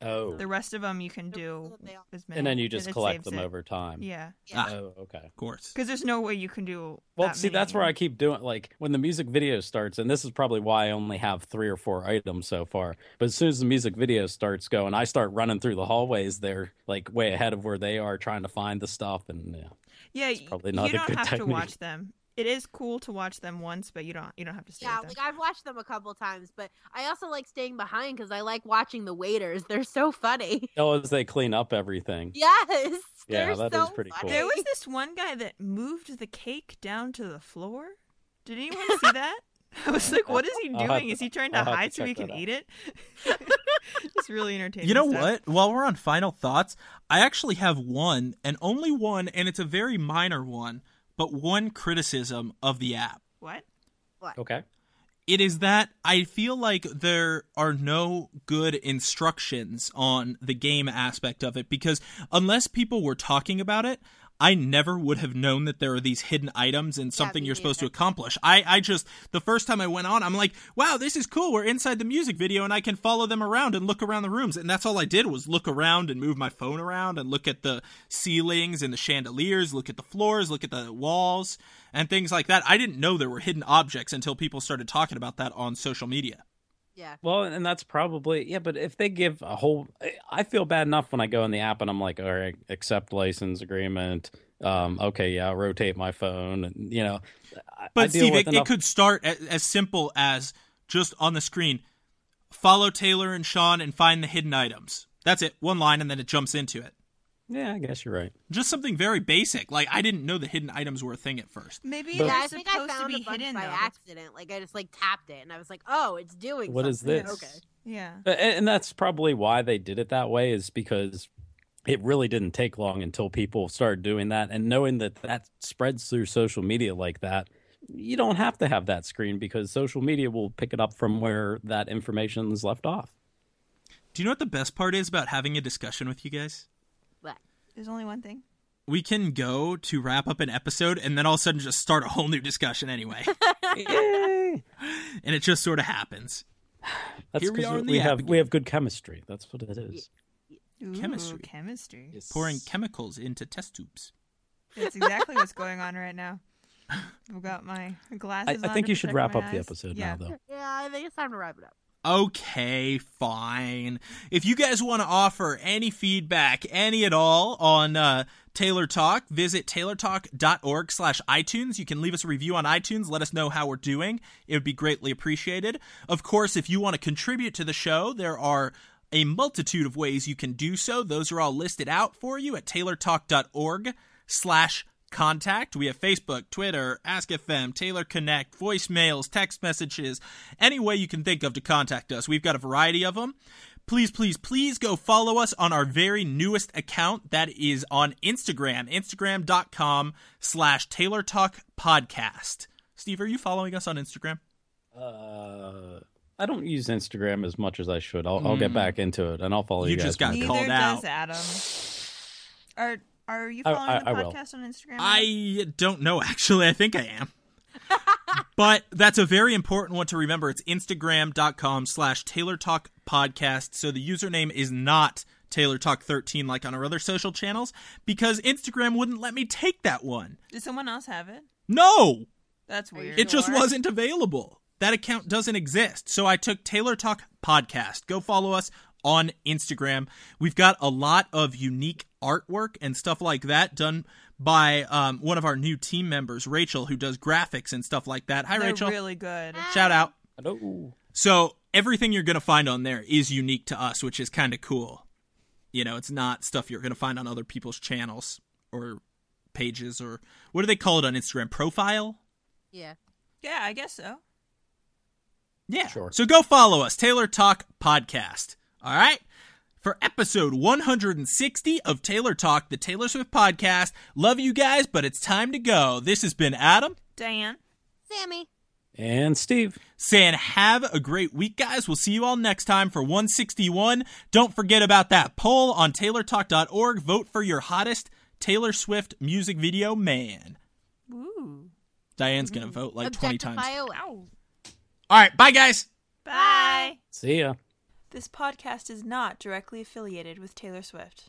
Oh,
The rest of them you can do
person.
as many.
and then you
it-
just
it saves
collect them
it.
over time.
Yeah,
Yeah.
Ah.
Oh, okay.
Of course.
because there's no way you can do.
Well,
that
see, that's
many.
where I keep doing like when the music video starts, and this is probably why I only have three or four items so far. But as soon as the music video starts going, I start running through the hallways. They're like way ahead of where they are, trying to find the stuff. And
Yeah,
yeah,
y-
probably not
you
a
don't
good
have
*laughs* technique.
to watch them. It is cool to watch them once, but you don't you don't have to stay. *laughs*
*laughs* Yeah,
with them.
like I've watched them a couple times, but I also like staying behind because I like watching the waiters. They're so funny. *laughs*
Oh, as they clean up everything.
Yes.
Yeah,
they're
that
so
is pretty cool.
funny.
There was this one guy that moved the cake down to the floor. Did anyone see that? *laughs* I was like, what is he
I'll have
doing?
to-
Is he trying
I'll
to
have to
hide so
check
we can
that out.
eat it? *laughs* it's really entertaining.
You know
stuff.
what? While we're on final thoughts, I actually have one and only one, and it's a very minor one, but one criticism of the app.
What?
Okay.
It is that I feel like there are no good instructions on the game aspect of it because unless people were talking about it, I never would have known that there are these hidden items and something
me
you're supposed to
neither.
accomplish. I, I just, the first time I went on, I'm like, wow, this is cool. We're inside the music video and I can follow them around and look around the rooms. And that's all I did was look around and move my phone around and look at the ceilings and the chandeliers, look at the floors, look at the walls and things like that. I didn't know there were hidden objects until people started talking about that on social media.
Yeah.
Well, and that's probably yeah. But if they give a whole, I- I feel bad enough when I go in the app and I'm like, all right, accept license agreement. Um, okay, yeah, I'll rotate my phone, and you know. I- I
But
deal
Steve,
with
it, it
enough-
could start as, as simple as just on the screen follow Taylor and Sean and find the hidden items. That's it, one line, and then it jumps into it.
Yeah, I guess you're right.
Just something very basic. Like, I didn't know the hidden items were a thing at first.
Maybe
But-
they're
Yeah, I
supposed
think I found
to be
a bunch
hidden
by
though.
accident. Like I just like tapped it and I was like, "Oh, it's doing
What is
something."
this?
Okay.
Yeah.
A- And, that's probably why they did it that way is because it really didn't take long until people started doing that and knowing that that spreads through social media like that. You don't have to have that screen because social media will pick it up from where that information is
*laughs*
left off.
Do you know what the best part is about having a discussion with you guys?
But
There's only one thing.
We can go to wrap up an episode and then all of a sudden just start a whole new discussion anyway. *laughs*
Yay!
and it just sort of happens.
That's
Here we
'cause
are in the
we
app
have
again.
we have good chemistry. That's what it is.
Ooh,
Chemistry.
Chemistry.
Pouring chemicals into test tubes.
That's exactly what's going on right now. I've got my
I,
glasses.
I
on
think
to
you should
protect
wrap
my
up the
eyes.
episode
yeah.
now, though.
yeah, I think it's time to wrap it up.
Okay, fine. If you guys want to offer any feedback, any at all on uh, Taylor Talk, visit taylortalk.org slash iTunes. You can leave us a review on iTunes. Let us know how we're doing. It would be greatly appreciated. Of course, if you want to contribute to the show, there are a multitude of ways you can do so. Those are all listed out for you at taylortalk.org slash contact. We have Facebook, Twitter, AskFM, Taylor Connect, voicemails, text messages, any way you can think of to contact us. We've got a variety of them. Please, please, please go follow us on our very newest account that is on Instagram, instagram.com slash Taylor Talk Podcast. Steve, are you following us on Instagram?
Uh, I don't use Instagram as much as I should. I'll, I'll get back into it and I'll follow you.
Hmm. You just
guys
got
when
Neither
we
called
does
out.
Adam. Are Are you
I-
following
I-
the
I will.
podcast on Instagram?
I don't know, actually. I think I am. but that's a very important one to remember. It's Instagram.com slash Taylor Talk Podcast. So the username is not Taylor Talk 13 like on our other social channels because Instagram wouldn't let me take that one.
Did someone else have it?
No,
That's weird.
it just
Sure.
wasn't available. That account doesn't exist. So I took Taylor Talk Podcast. Go follow us on Instagram. We've got a lot of unique artwork and stuff like that done by um, one of our new team members, Rachel, who does graphics and stuff like that. Hi,
They're
Rachel.
really good.
Shout out.
Hello.
So everything you're going to find on there is unique to us, which is kind of cool. You know, it's not stuff you're going to find on other people's channels or pages or what do they call it on Instagram? Profile?
Yeah.
Yeah, I guess so.
Yeah.
Sure.
So go follow us, Taylor Talk Podcast. All right. For episode 160 of Taylor Talk, the Taylor Swift podcast. Love you guys, but it's time to go. This has been Adam
Diane.
Sammy.
And Steve.
saying, Have a great week, guys. We'll see you all next time for 161. Don't forget about that poll on TaylorTalk.org. Vote for your hottest Taylor Swift music video man.
Woo.
Diane's going to vote like 20 times.
Objectify away.
Ow.
All right. Bye, guys.
Bye.
See ya.
This podcast is not directly affiliated with Taylor Swift.